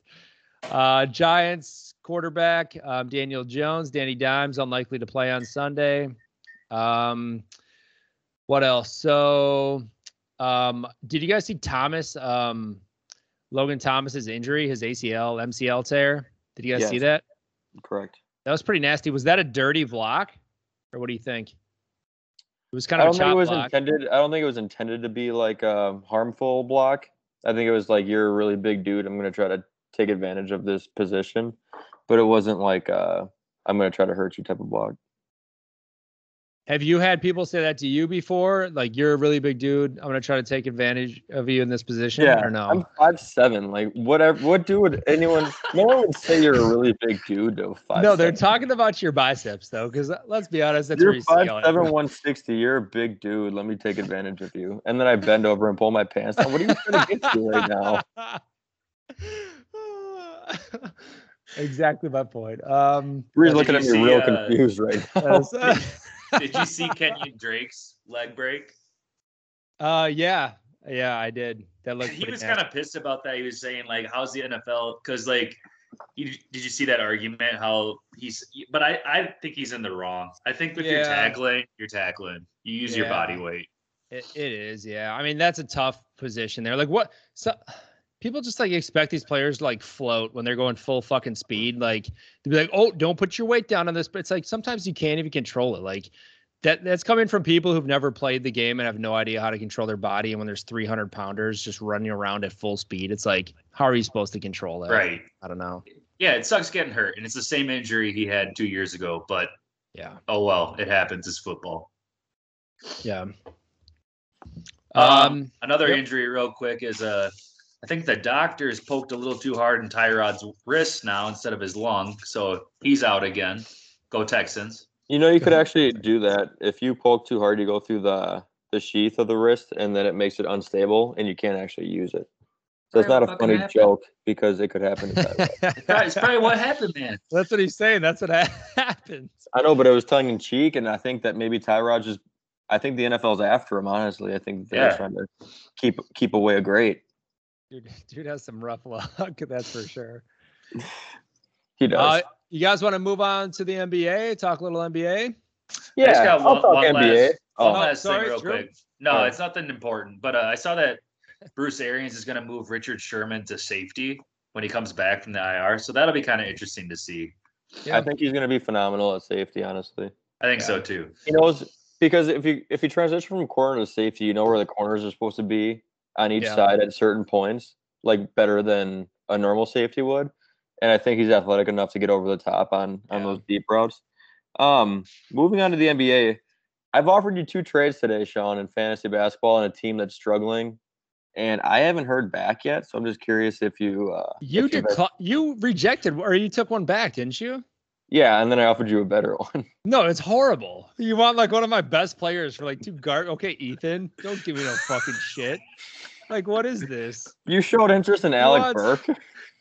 Speaker 2: Uh, Giants quarterback um, Daniel Jones, Danny Dimes unlikely to play on Sunday. Um, what else? So, um, did you guys see Thomas um, Logan Thomas's injury, his ACL MCL tear? Did you guys see
Speaker 3: Yes.
Speaker 2: that?
Speaker 3: Correct.
Speaker 2: That was pretty nasty. Was that a dirty block, or what do you think? It was kind
Speaker 3: I
Speaker 2: of
Speaker 3: don't
Speaker 2: a
Speaker 3: think
Speaker 2: chop
Speaker 3: it was
Speaker 2: block.
Speaker 3: intended. I don't think it was intended to be like a harmful block. I think it was like you're a really big dude. I'm gonna try to take advantage of this position, but it wasn't like uh, I'm gonna try to hurt you type of block.
Speaker 2: Have you had people say that to you before? Like you're a really big dude. I'm gonna try to take advantage of you in this position. or no?
Speaker 3: I'm five seven. Like whatever. What dude would anyone? no one would say you're a really big dude to five.
Speaker 2: no, they're talking about your biceps though, because let's be honest, that's where
Speaker 3: You're
Speaker 2: you see
Speaker 3: five
Speaker 2: all
Speaker 3: seven
Speaker 2: that.
Speaker 3: one sixty. You're a big dude. Let me take advantage of you. And then I bend over and pull my pants down. What are you trying to get to right now?
Speaker 2: exactly my point. Um, uh,
Speaker 3: Bree's
Speaker 4: Did
Speaker 3: looking
Speaker 4: you
Speaker 3: at me
Speaker 4: see,
Speaker 3: real
Speaker 4: uh,
Speaker 3: confused right now.
Speaker 2: that's-
Speaker 4: Did you see Kenyon Drake's leg break?
Speaker 2: uh, yeah, yeah, I did. That looked.
Speaker 4: he
Speaker 2: pretty
Speaker 4: was
Speaker 2: nasty.
Speaker 4: kind of pissed about that. He was saying like, "How's the NFL?" Because like, you, did you see that argument? How he's, but I I think he's in the wrong. I think if
Speaker 2: Yeah.
Speaker 4: you're tackling, you're tackling. You use your
Speaker 2: Yeah.
Speaker 4: body weight.
Speaker 2: It, it is, yeah. I mean, that's a tough position there. Like, what? So, people just like expect these players to like float when they're going full fucking speed. Like, they'd be like, "Oh, don't put your weight down on this." But it's like sometimes you can't even control it. Like, that that's coming from people who've never played the game and have no idea how to control their body. And when there's 300 pounders just running around at full speed, it's like, how are you supposed to control that?
Speaker 4: Right.
Speaker 2: I don't know.
Speaker 4: Yeah, it sucks getting hurt, and it's the same injury he had two years ago. But
Speaker 2: Yeah.
Speaker 4: oh well, it happens. It's football.
Speaker 2: Yeah.
Speaker 4: Um,
Speaker 2: Um.
Speaker 4: Another
Speaker 2: Yep.
Speaker 4: injury, real quick, is uh, I think the doctors poked a little too hard in Tyrod's wrist now instead of his lung, so he's out again. Go Texans.
Speaker 3: You know, you could
Speaker 2: ahead.
Speaker 3: actually do that if you poke too hard. You go through the the sheath of the wrist, and then it makes it unstable, and you can't actually use it. So it's
Speaker 4: That
Speaker 3: not a
Speaker 4: fucking
Speaker 3: funny
Speaker 4: happened.
Speaker 3: joke because it could happen. To
Speaker 2: Um,
Speaker 3: Tyler.
Speaker 4: Right, it's probably what happened, man.
Speaker 2: that's what he's saying. That's what happens.
Speaker 3: I know, but it was tongue in cheek, and I think that maybe Tyrod just. I think the NFL's after him. Honestly, I think they're
Speaker 4: Yeah.
Speaker 3: trying to keep keep away a great.
Speaker 2: Dude, dude has some rough luck, that's for sure.
Speaker 3: He does.
Speaker 2: Uh, you guys want to move on to the NBA? Talk a little NBA.
Speaker 3: yeah,
Speaker 4: just got
Speaker 3: I'll
Speaker 4: one-
Speaker 3: talk
Speaker 4: one
Speaker 3: NBA.
Speaker 4: last-
Speaker 3: oh,
Speaker 4: One
Speaker 2: Oh,
Speaker 4: last
Speaker 2: sorry,
Speaker 4: thing, real
Speaker 2: Drew.
Speaker 4: quick. No,
Speaker 3: Oh.
Speaker 4: it's nothing important. But uh, I saw that Bruce Arians is going to move Richard Sherman to safety when he comes back from the IR. So that'll be kind of interesting to see.
Speaker 2: Yeah.
Speaker 3: I think he's going to be phenomenal at safety. Honestly,
Speaker 4: I think
Speaker 2: Yeah.
Speaker 4: so too.
Speaker 3: he knows because if you if you transition from corner to safety, you know where the corners are supposed to be on each
Speaker 2: Yeah.
Speaker 3: side at certain points, like better than a normal safety would. And I think he's athletic enough to get over the top on on
Speaker 2: Yeah.
Speaker 3: those deep routes. Um, moving on to the NBA, I've offered you two trades today, Sean, in fantasy basketball and a team that's struggling and I haven't heard back yet. So I'm just curious if you. Uh,
Speaker 2: You
Speaker 3: if you've-
Speaker 2: decli- you rejected or you took one back, didn't you?
Speaker 3: Yeah, and then I offered you a better one.
Speaker 2: No, it's horrible. You want like one of my best players for like two guard. Okay, Ethan, don't give me no fucking shit. Like, what is this?
Speaker 3: You showed interest in Alec
Speaker 2: What?
Speaker 3: Burke,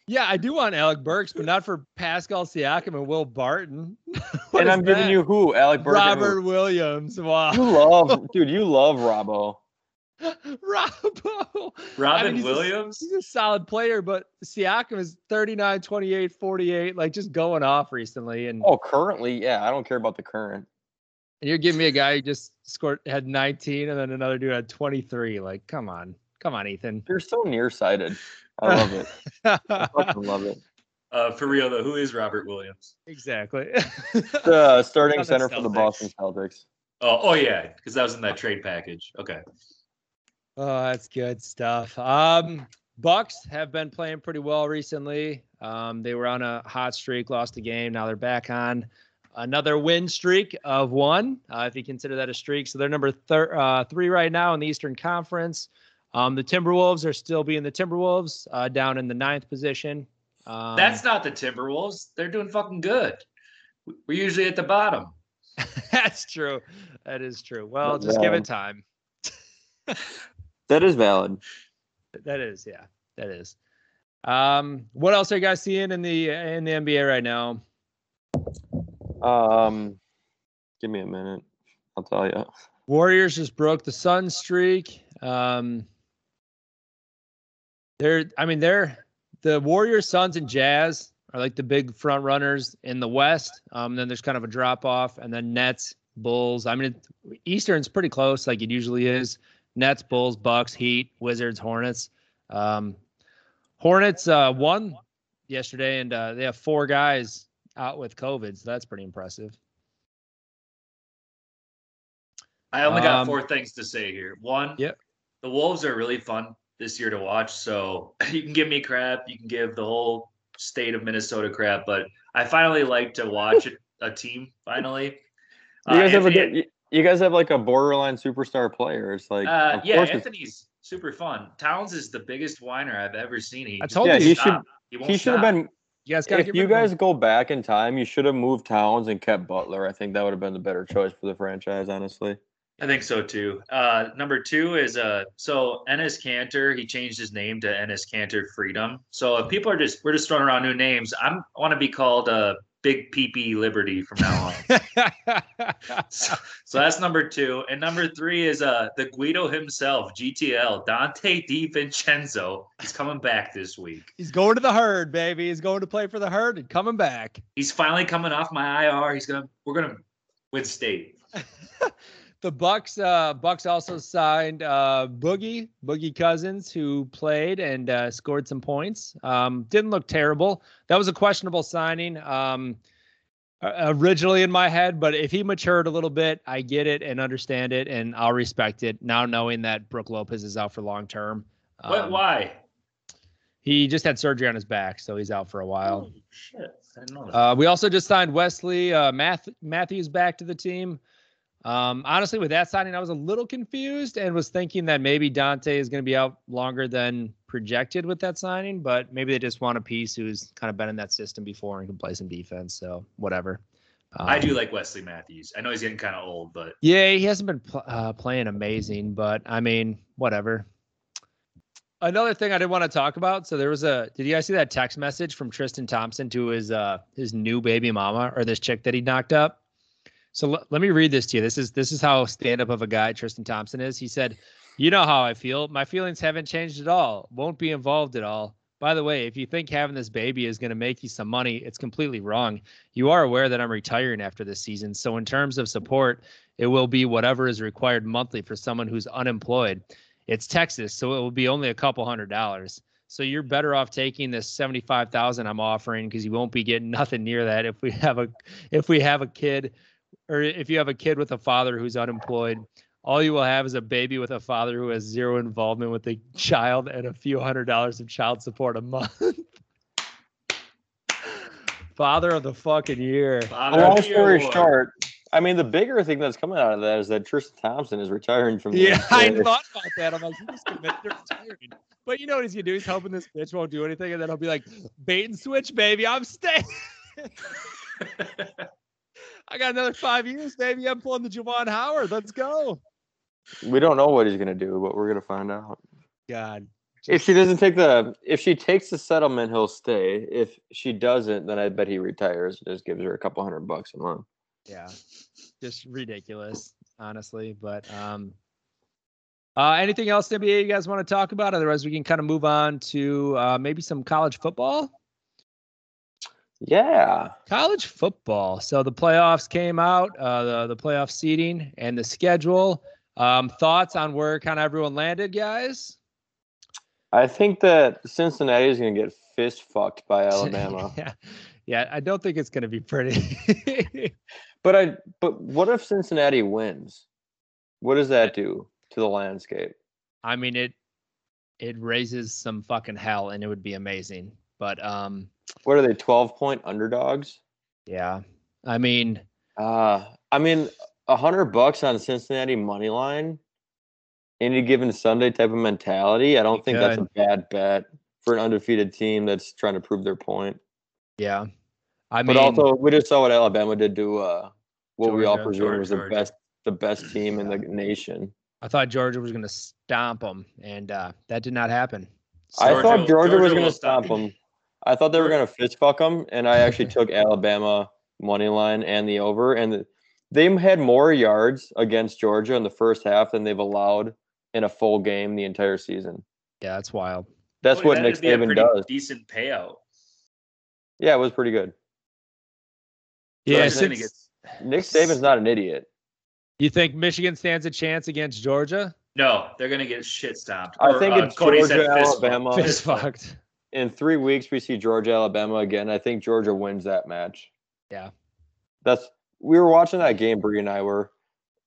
Speaker 2: Yeah, I do want Alec Burks, but not for Pascal Siakam and Will Barton. What
Speaker 3: and
Speaker 2: is
Speaker 3: I'm giving
Speaker 2: that?
Speaker 3: you who Alec Burke. and who?
Speaker 2: Robert Williams.
Speaker 3: You
Speaker 2: Wow,
Speaker 3: love, dude. You love Robbo.
Speaker 2: Robbo.
Speaker 4: Robin
Speaker 2: he's a-
Speaker 4: Williams.
Speaker 2: He's a solid player, but Siakam is 39, 28, 48, like just going off recently. And
Speaker 3: Oh, currently, yeah. I don't care about the current.
Speaker 2: And you're giving me a guy who just scored had 19 and then another dude had 23. Like, come on. Come on, Ethan.
Speaker 3: You're so nearsighted. I love it. I fucking love it.
Speaker 4: Uh, for real though, who is Robert Williams?
Speaker 2: exactly.
Speaker 3: The starting
Speaker 2: Southern
Speaker 3: center for the
Speaker 2: Celtics.
Speaker 3: Boston Celtics.
Speaker 4: Oh, oh yeah, because that was in
Speaker 2: Uh,
Speaker 4: that trade package. Okay.
Speaker 2: oh, that's good stuff. Um, Bucks have been playing pretty well recently. Um, they were on a hot streak, lost a game. Now they're back on another win streak of one, uh, if you consider that a streak. So they're number thir- uh, three right now in the Eastern Conference. Um, the Timberwolves are still being the Timberwolves uh, down in the ninth position. Um,
Speaker 4: That's not the Timberwolves. They're doing fucking good. We're usually at the bottom.
Speaker 2: That's true. That is true. Well,
Speaker 3: Not
Speaker 2: just give
Speaker 3: wrong.
Speaker 2: it time.
Speaker 3: That is valid.
Speaker 2: That is, yeah, that is. Um, what else are you guys seeing in the in the NBA right now?
Speaker 3: Um, give me a minute. I'll tell you.
Speaker 2: Warriors just broke the Sun streak. Um, they're, I mean, they're the Warriors, Suns, and Jazz are like the big front runners in the West. Um, then there's kind of a drop off, and then Nets, Bulls. I mean, it, Eastern's pretty close, like it usually is. Nets, Bulls, Bucks, Heat, Wizards, Hornets. Um, Hornets uh, won yesterday, and uh, they have four guys out with COVID, so that's pretty impressive.
Speaker 4: I only got
Speaker 2: Um,
Speaker 4: four things to say here. One,
Speaker 2: Yep.
Speaker 4: the Wolves are really fun this year to watch. So you can give me crap. You can give the whole state of Minnesota crap, but I finally like to watch a team finally. Uh,
Speaker 3: You guys have a
Speaker 4: Anthony-
Speaker 3: good. You, you guys have like a borderline superstar player. It's like,
Speaker 4: uh,
Speaker 3: of
Speaker 4: yeah,
Speaker 3: course it's-
Speaker 4: Anthony's super fun. Towns is the biggest whiner I've ever seen. He
Speaker 2: I
Speaker 4: just
Speaker 2: told
Speaker 3: yeah,
Speaker 4: won't
Speaker 2: you
Speaker 3: he
Speaker 4: stop.
Speaker 3: should.
Speaker 4: won't
Speaker 3: He should have
Speaker 4: stop.
Speaker 3: been.
Speaker 2: You guys got to
Speaker 3: If
Speaker 2: get
Speaker 3: you
Speaker 2: rid of him.
Speaker 3: guys go back in time, you should have moved Towns and kept Butler. I think that would have been the better choice for the franchise, honestly.
Speaker 4: I think so too. Uh, number two is uh, so Ennis Cantor. He changed his name to Ennis Cantor Freedom. So if people are just we're just throwing around new names, I'm I want to be called uh, Big PP Liberty from now on. so, so that's number two, and number three is uh the Guido himself, GTL Dante DiVincenzo. He's coming back this week.
Speaker 2: He's going to the herd, baby. He's going to play for the herd and coming back.
Speaker 4: He's finally coming off my IR. He's gonna we're gonna win state.
Speaker 2: the Bucks, uh, Bucks also signed uh, Boogie, Boogie Cousins, who played and uh, scored some points. Um, didn't look terrible. That was a questionable signing um, o- originally in my head, but if he matured a little bit, I get it and understand it, and I'll respect it now, knowing that Brooke Lopez is out for long term.
Speaker 4: what?
Speaker 2: Um,
Speaker 4: Why?
Speaker 2: He just had surgery on his back, so he's out for a while.
Speaker 4: Oh, shit! I didn't know that.
Speaker 2: Uh, we also just signed Wesley uh, Math- Matthews back to the team. Um, honestly, with that signing, I was a little confused and was thinking that maybe Dante is going to be out longer than projected with that signing, but maybe they just want a piece who's kind of been in that system before and can play some defense. So whatever. Um,
Speaker 4: I do like Wesley Matthews. I know he's getting kind of old, but
Speaker 2: Yeah, he hasn't been pl- uh, playing amazing, but I mean, whatever. Another thing I did want to talk about. So there was a. Did you guys see that text message from Tristan Thompson to his uh his new baby mama or this chick that he knocked up? So l- let me read this to you. This is this is how stand up of a guy Tristan Thompson is. He said, "You know how I feel. My feelings haven't changed at all. Won't be involved at all. By the way, if you think having this baby is going to make you some money, it's completely wrong. You are aware that I'm retiring after this season. So in terms of support, it will be whatever is required monthly for someone who's unemployed. It's Texas, so it will be only a couple hundred dollars. So you're better off taking this seventy-five thousand I'm offering because you won't be getting nothing near that if we have a if we have a kid, or if you have a kid with a father who's unemployed. All you will have is a baby with a father who has zero involvement with the child and a few hundred dollars of child support a month. father of the fucking year.
Speaker 4: Father of
Speaker 3: Long
Speaker 4: the Year
Speaker 3: story
Speaker 4: award.
Speaker 3: short, I mean, the bigger thing that's coming out of that is that Tristan Thompson is retiring from. The
Speaker 2: Yeah, I
Speaker 3: NCAA.
Speaker 2: thought about that. I'm like, he just committed to retiring. But you know what he's gonna do? He's hoping this bitch won't do anything, and then he'll be like, bait and switch, baby. I'm staying. I got another five years, baby. I'm pulling the Javon Howard. Let's go.
Speaker 3: We don't know what he's gonna do, but we're gonna find out.
Speaker 2: God.
Speaker 3: If she doesn't take the, if she takes the settlement, he'll stay. If she doesn't, then I bet he retires and just gives her a couple hundred bucks a month.
Speaker 2: Yeah. Just ridiculous, honestly. But um uh anything else NBA you guys want to talk about? Otherwise we can kind of move on to uh maybe some college football.
Speaker 3: Yeah.
Speaker 2: College football. So the playoffs came out, uh, the, the playoff seeding and the schedule. Um, thoughts on where kind of everyone landed, guys?
Speaker 3: I think that Cincinnati is going to get fist fucked by Alabama.
Speaker 2: yeah, yeah. I don't think it's going to be pretty.
Speaker 3: but I but what if Cincinnati wins? What does that do to the landscape?
Speaker 2: I mean it. It raises some fucking hell, and it would be amazing. But um,
Speaker 3: What are they 12 point underdogs?
Speaker 2: yeah. I mean, Ah.
Speaker 3: Uh I mean a 100 bucks on Cincinnati money line any given Sunday type of mentality. I don't think that's a bad bet for an undefeated team that's trying to prove their point.
Speaker 2: yeah. I mean,
Speaker 3: but also we just saw what Alabama did to uh what we all
Speaker 2: Georgia,
Speaker 3: presume
Speaker 4: Georgia,
Speaker 3: was the
Speaker 4: Georgia.
Speaker 3: best the best team in the nation.
Speaker 2: I thought Georgia was going to stomp them, and uh, that did not happen.
Speaker 3: I thought Georgia, was
Speaker 4: Georgia
Speaker 3: going
Speaker 4: will
Speaker 3: to stop
Speaker 4: stop
Speaker 3: them. I thought they were going to fist fuck them, and I actually took Alabama money line and the over, and the, they had more yards against Georgia in the first half than they've allowed in a full game the entire season.
Speaker 2: yeah, that's wild.
Speaker 3: That's
Speaker 4: Boy,
Speaker 3: what
Speaker 4: that'd
Speaker 3: Nick
Speaker 4: be a
Speaker 3: Saban
Speaker 4: pretty
Speaker 3: does.
Speaker 4: Decent payout.
Speaker 3: Yeah, it was pretty good.
Speaker 2: Yeah,
Speaker 4: Georgia's gonna
Speaker 2: since-
Speaker 3: Nick Saban's not an idiot.
Speaker 2: You think Michigan stands a chance against Georgia?
Speaker 4: No, they're gonna get shit stomped.
Speaker 3: I
Speaker 4: Or,
Speaker 3: think
Speaker 4: uh,
Speaker 3: it's
Speaker 4: Cody
Speaker 3: Georgia,
Speaker 4: said fist bump.
Speaker 3: Alabama.
Speaker 2: Fist fucked.
Speaker 3: In three weeks, we see Georgia, Alabama again. I think Georgia wins that match.
Speaker 2: Yeah.
Speaker 3: That's we were watching that game, Bree and I were,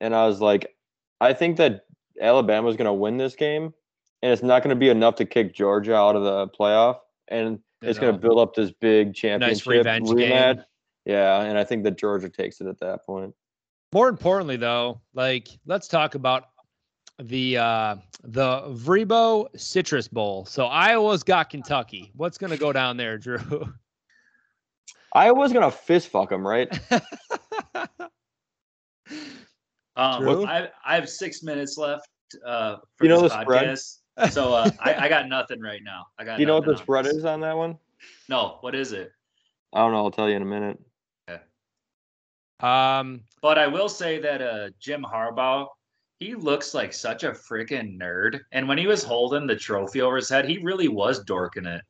Speaker 3: and I was like, I think that Alabama's gonna win this game, and it's not gonna be enough to kick Georgia out of the playoff. And it's gonna
Speaker 2: No.
Speaker 3: build up this big championship
Speaker 2: revenge game.
Speaker 3: rematch. Yeah, and I think that Georgia takes it at that point.
Speaker 2: More importantly, though, like let's talk about the uh the Vrebo Citrus Bowl. So Iowa's got Kentucky. What's gonna go down there, Drew?
Speaker 3: I was gonna fist fuck them, right?
Speaker 4: Um,
Speaker 2: Drew?
Speaker 4: I, I have six minutes left. Uh, for
Speaker 3: You know
Speaker 4: this
Speaker 3: the spread?
Speaker 4: podcast. So uh, I, I got nothing right now. I got.
Speaker 3: Do you know what
Speaker 4: nothing
Speaker 3: the
Speaker 4: on
Speaker 3: spread
Speaker 4: this.
Speaker 3: is on that one?
Speaker 4: No, what is it?
Speaker 3: I don't know. I'll tell you in a minute.
Speaker 2: um
Speaker 4: But I will say that uh, Jim Harbaugh, he looks like such a freaking nerd. And when he was holding the trophy over his head, he really was dorking it.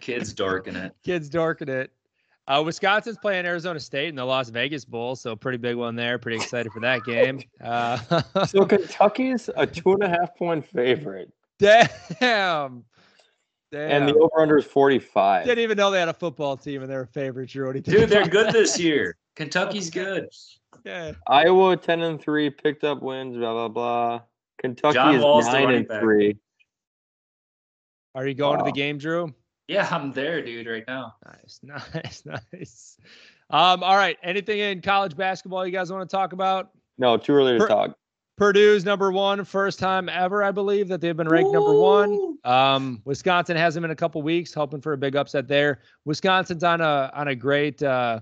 Speaker 4: Kids dorking it.
Speaker 2: kids dorking it. Uh, Wisconsin's playing Arizona State in the Las Vegas Bowl, so pretty big one there. Pretty excited for that game. Uh,
Speaker 3: So Kentucky's a two and a half point favorite,
Speaker 2: damn, damn.
Speaker 3: and the over under is forty five.
Speaker 2: Didn't even know they had a football team and they were favorites. Drew, what do you think
Speaker 4: Dude, they're
Speaker 2: about
Speaker 4: good
Speaker 2: that?
Speaker 4: this year. Kentucky's good.
Speaker 2: Yeah.
Speaker 3: Iowa ten and three picked up wins. Blah blah blah. Kentucky
Speaker 4: John
Speaker 3: is
Speaker 4: Wall's the
Speaker 3: nine
Speaker 4: running
Speaker 3: and
Speaker 4: back.
Speaker 3: three.
Speaker 2: Are you going to
Speaker 3: Wow.
Speaker 2: the game, Drew?
Speaker 4: Yeah, I'm there, dude, right now.
Speaker 2: Oh. Nice, nice, nice. Um, all right. Anything in college basketball you guys want to talk about?
Speaker 3: No, too early to
Speaker 2: Per-
Speaker 3: talk.
Speaker 2: Purdue's number one, first time ever, I believe, that they've been ranked number one.
Speaker 4: Ooh.
Speaker 2: Um, Wisconsin has them in a couple weeks, hoping for a big upset there. Wisconsin's on a on a great, uh,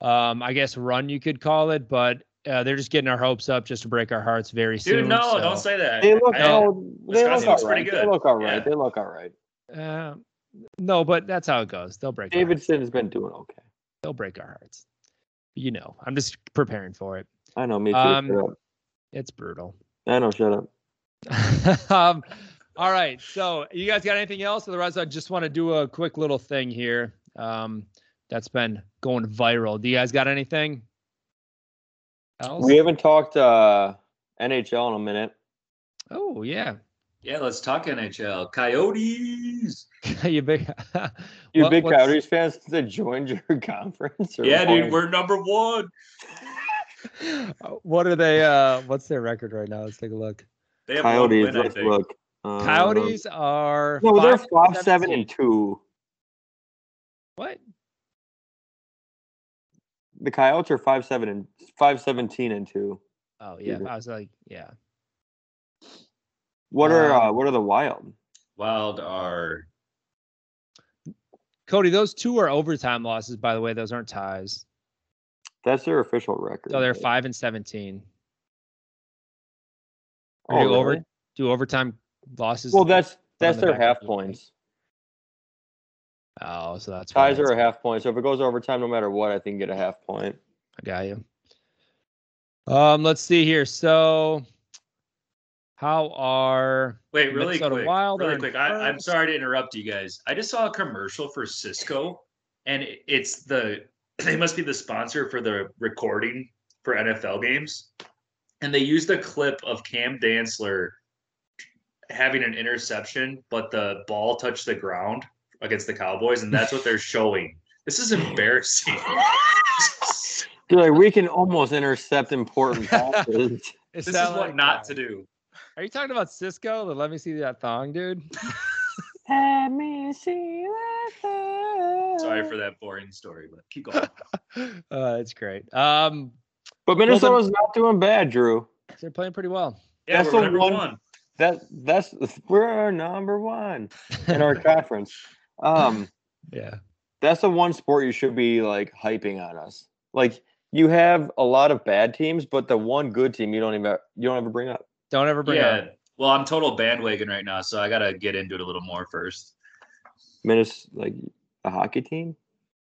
Speaker 2: um, I guess, run you could call it, but uh, they're just getting our hopes up just to break our hearts very soon.
Speaker 4: Dude, no,
Speaker 2: so-
Speaker 4: don't say that.
Speaker 3: They look
Speaker 4: I-
Speaker 3: all. They look
Speaker 4: Wisconsin looks
Speaker 3: all
Speaker 4: pretty
Speaker 3: right. They
Speaker 4: good.
Speaker 3: look all right.
Speaker 4: Yeah.
Speaker 3: They look all right.
Speaker 2: Uh, no, but that's how it goes. They'll break. our hearts.
Speaker 3: Davidson's been doing okay.
Speaker 2: They'll break our hearts. You know, I'm just preparing for it.
Speaker 3: I know. Me too.
Speaker 2: Um,
Speaker 3: shut up.
Speaker 2: It's brutal.
Speaker 3: I know. Shut up.
Speaker 2: um, all right. So, you guys got anything else? Otherwise, I just want to do a quick little thing here um, that's been going viral. Do you guys got anything else?
Speaker 3: We haven't talked uh, NHL in a minute.
Speaker 2: oh, yeah.
Speaker 4: Yeah, let's talk NHL. Coyotes.
Speaker 2: you big,
Speaker 3: You
Speaker 2: What-
Speaker 3: big
Speaker 2: what's-
Speaker 3: Coyotes fans that joined your conference? or
Speaker 4: Yeah, dude,
Speaker 3: what?
Speaker 4: we're number one.
Speaker 2: What are they? Uh, what's their record right now? Let's take a look.
Speaker 4: They have
Speaker 3: Coyotes.
Speaker 4: one win, I
Speaker 3: let's
Speaker 4: think.
Speaker 3: look. Um,
Speaker 2: Coyotes are.
Speaker 3: No, they're
Speaker 2: five
Speaker 3: five, seven, and
Speaker 2: 17.
Speaker 3: two.
Speaker 2: What?
Speaker 3: the Coyotes are five seven and five seventeen and two.
Speaker 2: Oh yeah,
Speaker 3: Mhm.
Speaker 2: I was like, yeah.
Speaker 3: What are
Speaker 2: Um,
Speaker 3: uh, what are the Wild?
Speaker 4: Wild are
Speaker 2: Cody, those two are overtime losses, by the way. Those aren't ties.
Speaker 3: That's their official record.
Speaker 2: So they're
Speaker 3: but-
Speaker 2: five and seventeen. Or
Speaker 3: Oh,
Speaker 2: do over
Speaker 3: really?
Speaker 2: do overtime losses.
Speaker 3: Well, that's that's
Speaker 2: the
Speaker 3: their
Speaker 2: back
Speaker 3: half
Speaker 2: end.
Speaker 3: points.
Speaker 2: oh, so that's why
Speaker 3: Ties are
Speaker 2: that's-
Speaker 3: a half point. So if it goes overtime, no matter what, I think you get a half point.
Speaker 2: I got you. Um, let's see here. So, how are
Speaker 4: wait really
Speaker 2: Minnesota
Speaker 4: quick.
Speaker 2: Wild are
Speaker 4: really
Speaker 2: in
Speaker 4: quick. I, I'm
Speaker 2: first.
Speaker 4: sorry to interrupt you guys. I just saw a commercial for Cisco, and it- it's the they must be the sponsor for the recording for NFL games, and they used a clip of Cam Dantzler having an interception, but the ball touched the ground against the Cowboys, and that's what they're showing. This is embarrassing.
Speaker 3: Dude, like we can almost intercept important passes.
Speaker 2: It
Speaker 4: this is
Speaker 2: sound
Speaker 4: what
Speaker 2: like,
Speaker 4: not
Speaker 2: uh,
Speaker 4: to do.
Speaker 2: Are you talking about Cisco? The let me see that thong, dude.
Speaker 3: Let me see
Speaker 4: Sorry for that boring story, but keep going.
Speaker 2: uh, that's great. Um,
Speaker 3: But
Speaker 2: then-
Speaker 3: Minnesota's not doing bad, Drew.
Speaker 2: they're playing pretty well.
Speaker 4: Yeah,
Speaker 3: That's
Speaker 4: we're
Speaker 3: the
Speaker 4: number
Speaker 3: one-
Speaker 4: one.
Speaker 3: That that's we're our number one in our conference. Um,
Speaker 2: yeah,
Speaker 3: that's the one sport you should be like hyping on us. Like you have a lot of bad teams, but the one good team you don't even you don't ever bring up.
Speaker 2: don't ever bring
Speaker 4: yeah.
Speaker 2: up.
Speaker 4: Well, I'm total bandwagon right now, so I gotta get into it a little more first.
Speaker 3: Minnes like a hockey team.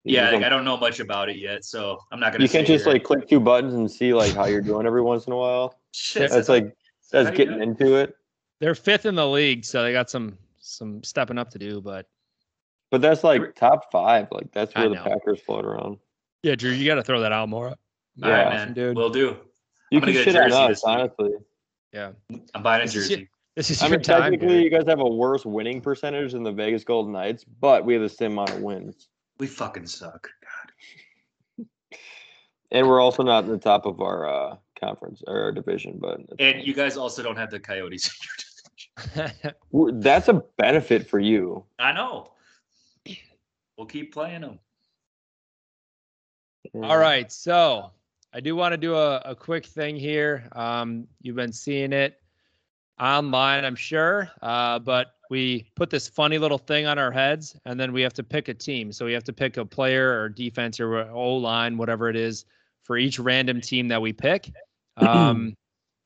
Speaker 3: You
Speaker 4: Yeah,
Speaker 3: just
Speaker 4: like, I
Speaker 3: don't-
Speaker 4: don't know much about it yet, so I'm not gonna.
Speaker 3: you can't
Speaker 4: sit
Speaker 3: just
Speaker 4: here.
Speaker 3: like click two buttons and see like how you're doing every once in a while.
Speaker 4: Shit,
Speaker 3: That's like that's
Speaker 4: how you
Speaker 3: getting
Speaker 4: do
Speaker 3: into it.
Speaker 2: They're fifth in the league, so they got some some stepping up to do. But
Speaker 3: But that's
Speaker 4: Re-
Speaker 3: like top five. Like that's
Speaker 2: I
Speaker 3: where the
Speaker 2: know.
Speaker 3: Packers float around.
Speaker 2: yeah, Drew, you got to throw that out more.
Speaker 4: All right,
Speaker 3: yeah,
Speaker 4: man.
Speaker 2: dude.
Speaker 4: We'll do.
Speaker 3: You
Speaker 4: I'm
Speaker 3: can
Speaker 4: gonna get a
Speaker 3: shit on
Speaker 4: jersey
Speaker 3: us,
Speaker 4: this week.
Speaker 3: honestly.
Speaker 4: I'm buying a
Speaker 2: This is
Speaker 4: jersey.
Speaker 2: This is
Speaker 3: I
Speaker 2: your
Speaker 3: mean,
Speaker 2: time.
Speaker 3: technically,
Speaker 2: dude.
Speaker 3: you guys have a worse winning percentage than the Vegas Golden Knights, but we have the same amount of wins,
Speaker 4: We fucking suck.
Speaker 3: and we're also not in the top of our uh, conference or our division. But
Speaker 4: And you guys also don't have the Coyotes.
Speaker 3: We're- that's a benefit for you.
Speaker 4: I know. We'll keep playing them.
Speaker 2: All right, so I do want to do a, a quick thing here. Um, you've been seeing it online, I'm sure, uh, but we put this funny little thing on our heads, and then we have to pick a team. So we have to pick a player or defense or O line, whatever it is, for each random team that we pick. Um,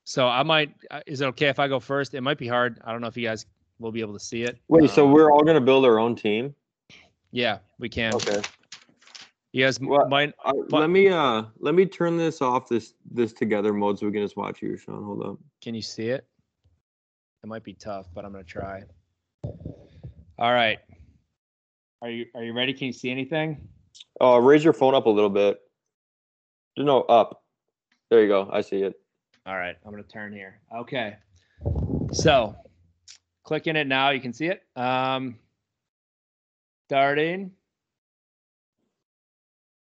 Speaker 2: so I might. uh, Is it okay if I go first? It might be hard. I don't know if you guys will be able to see it.
Speaker 3: Wait, so
Speaker 2: Um,
Speaker 3: we're all gonna build our own team?
Speaker 2: yeah, we can.
Speaker 3: Okay.
Speaker 2: You guys m-
Speaker 3: Well,
Speaker 2: might.
Speaker 3: Uh,
Speaker 2: But-
Speaker 3: let me uh let me turn this off this this together mode so we can just watch you, Sean. Hold up.
Speaker 2: Can you see it? It might be tough, but I'm gonna try. All right. Are you are you ready? Can you see anything?
Speaker 3: Uh, raise your phone up a little bit. No, up. There you go. I see it.
Speaker 2: All right, I'm gonna turn here. Okay. So clicking it now, you can see it. Um starting.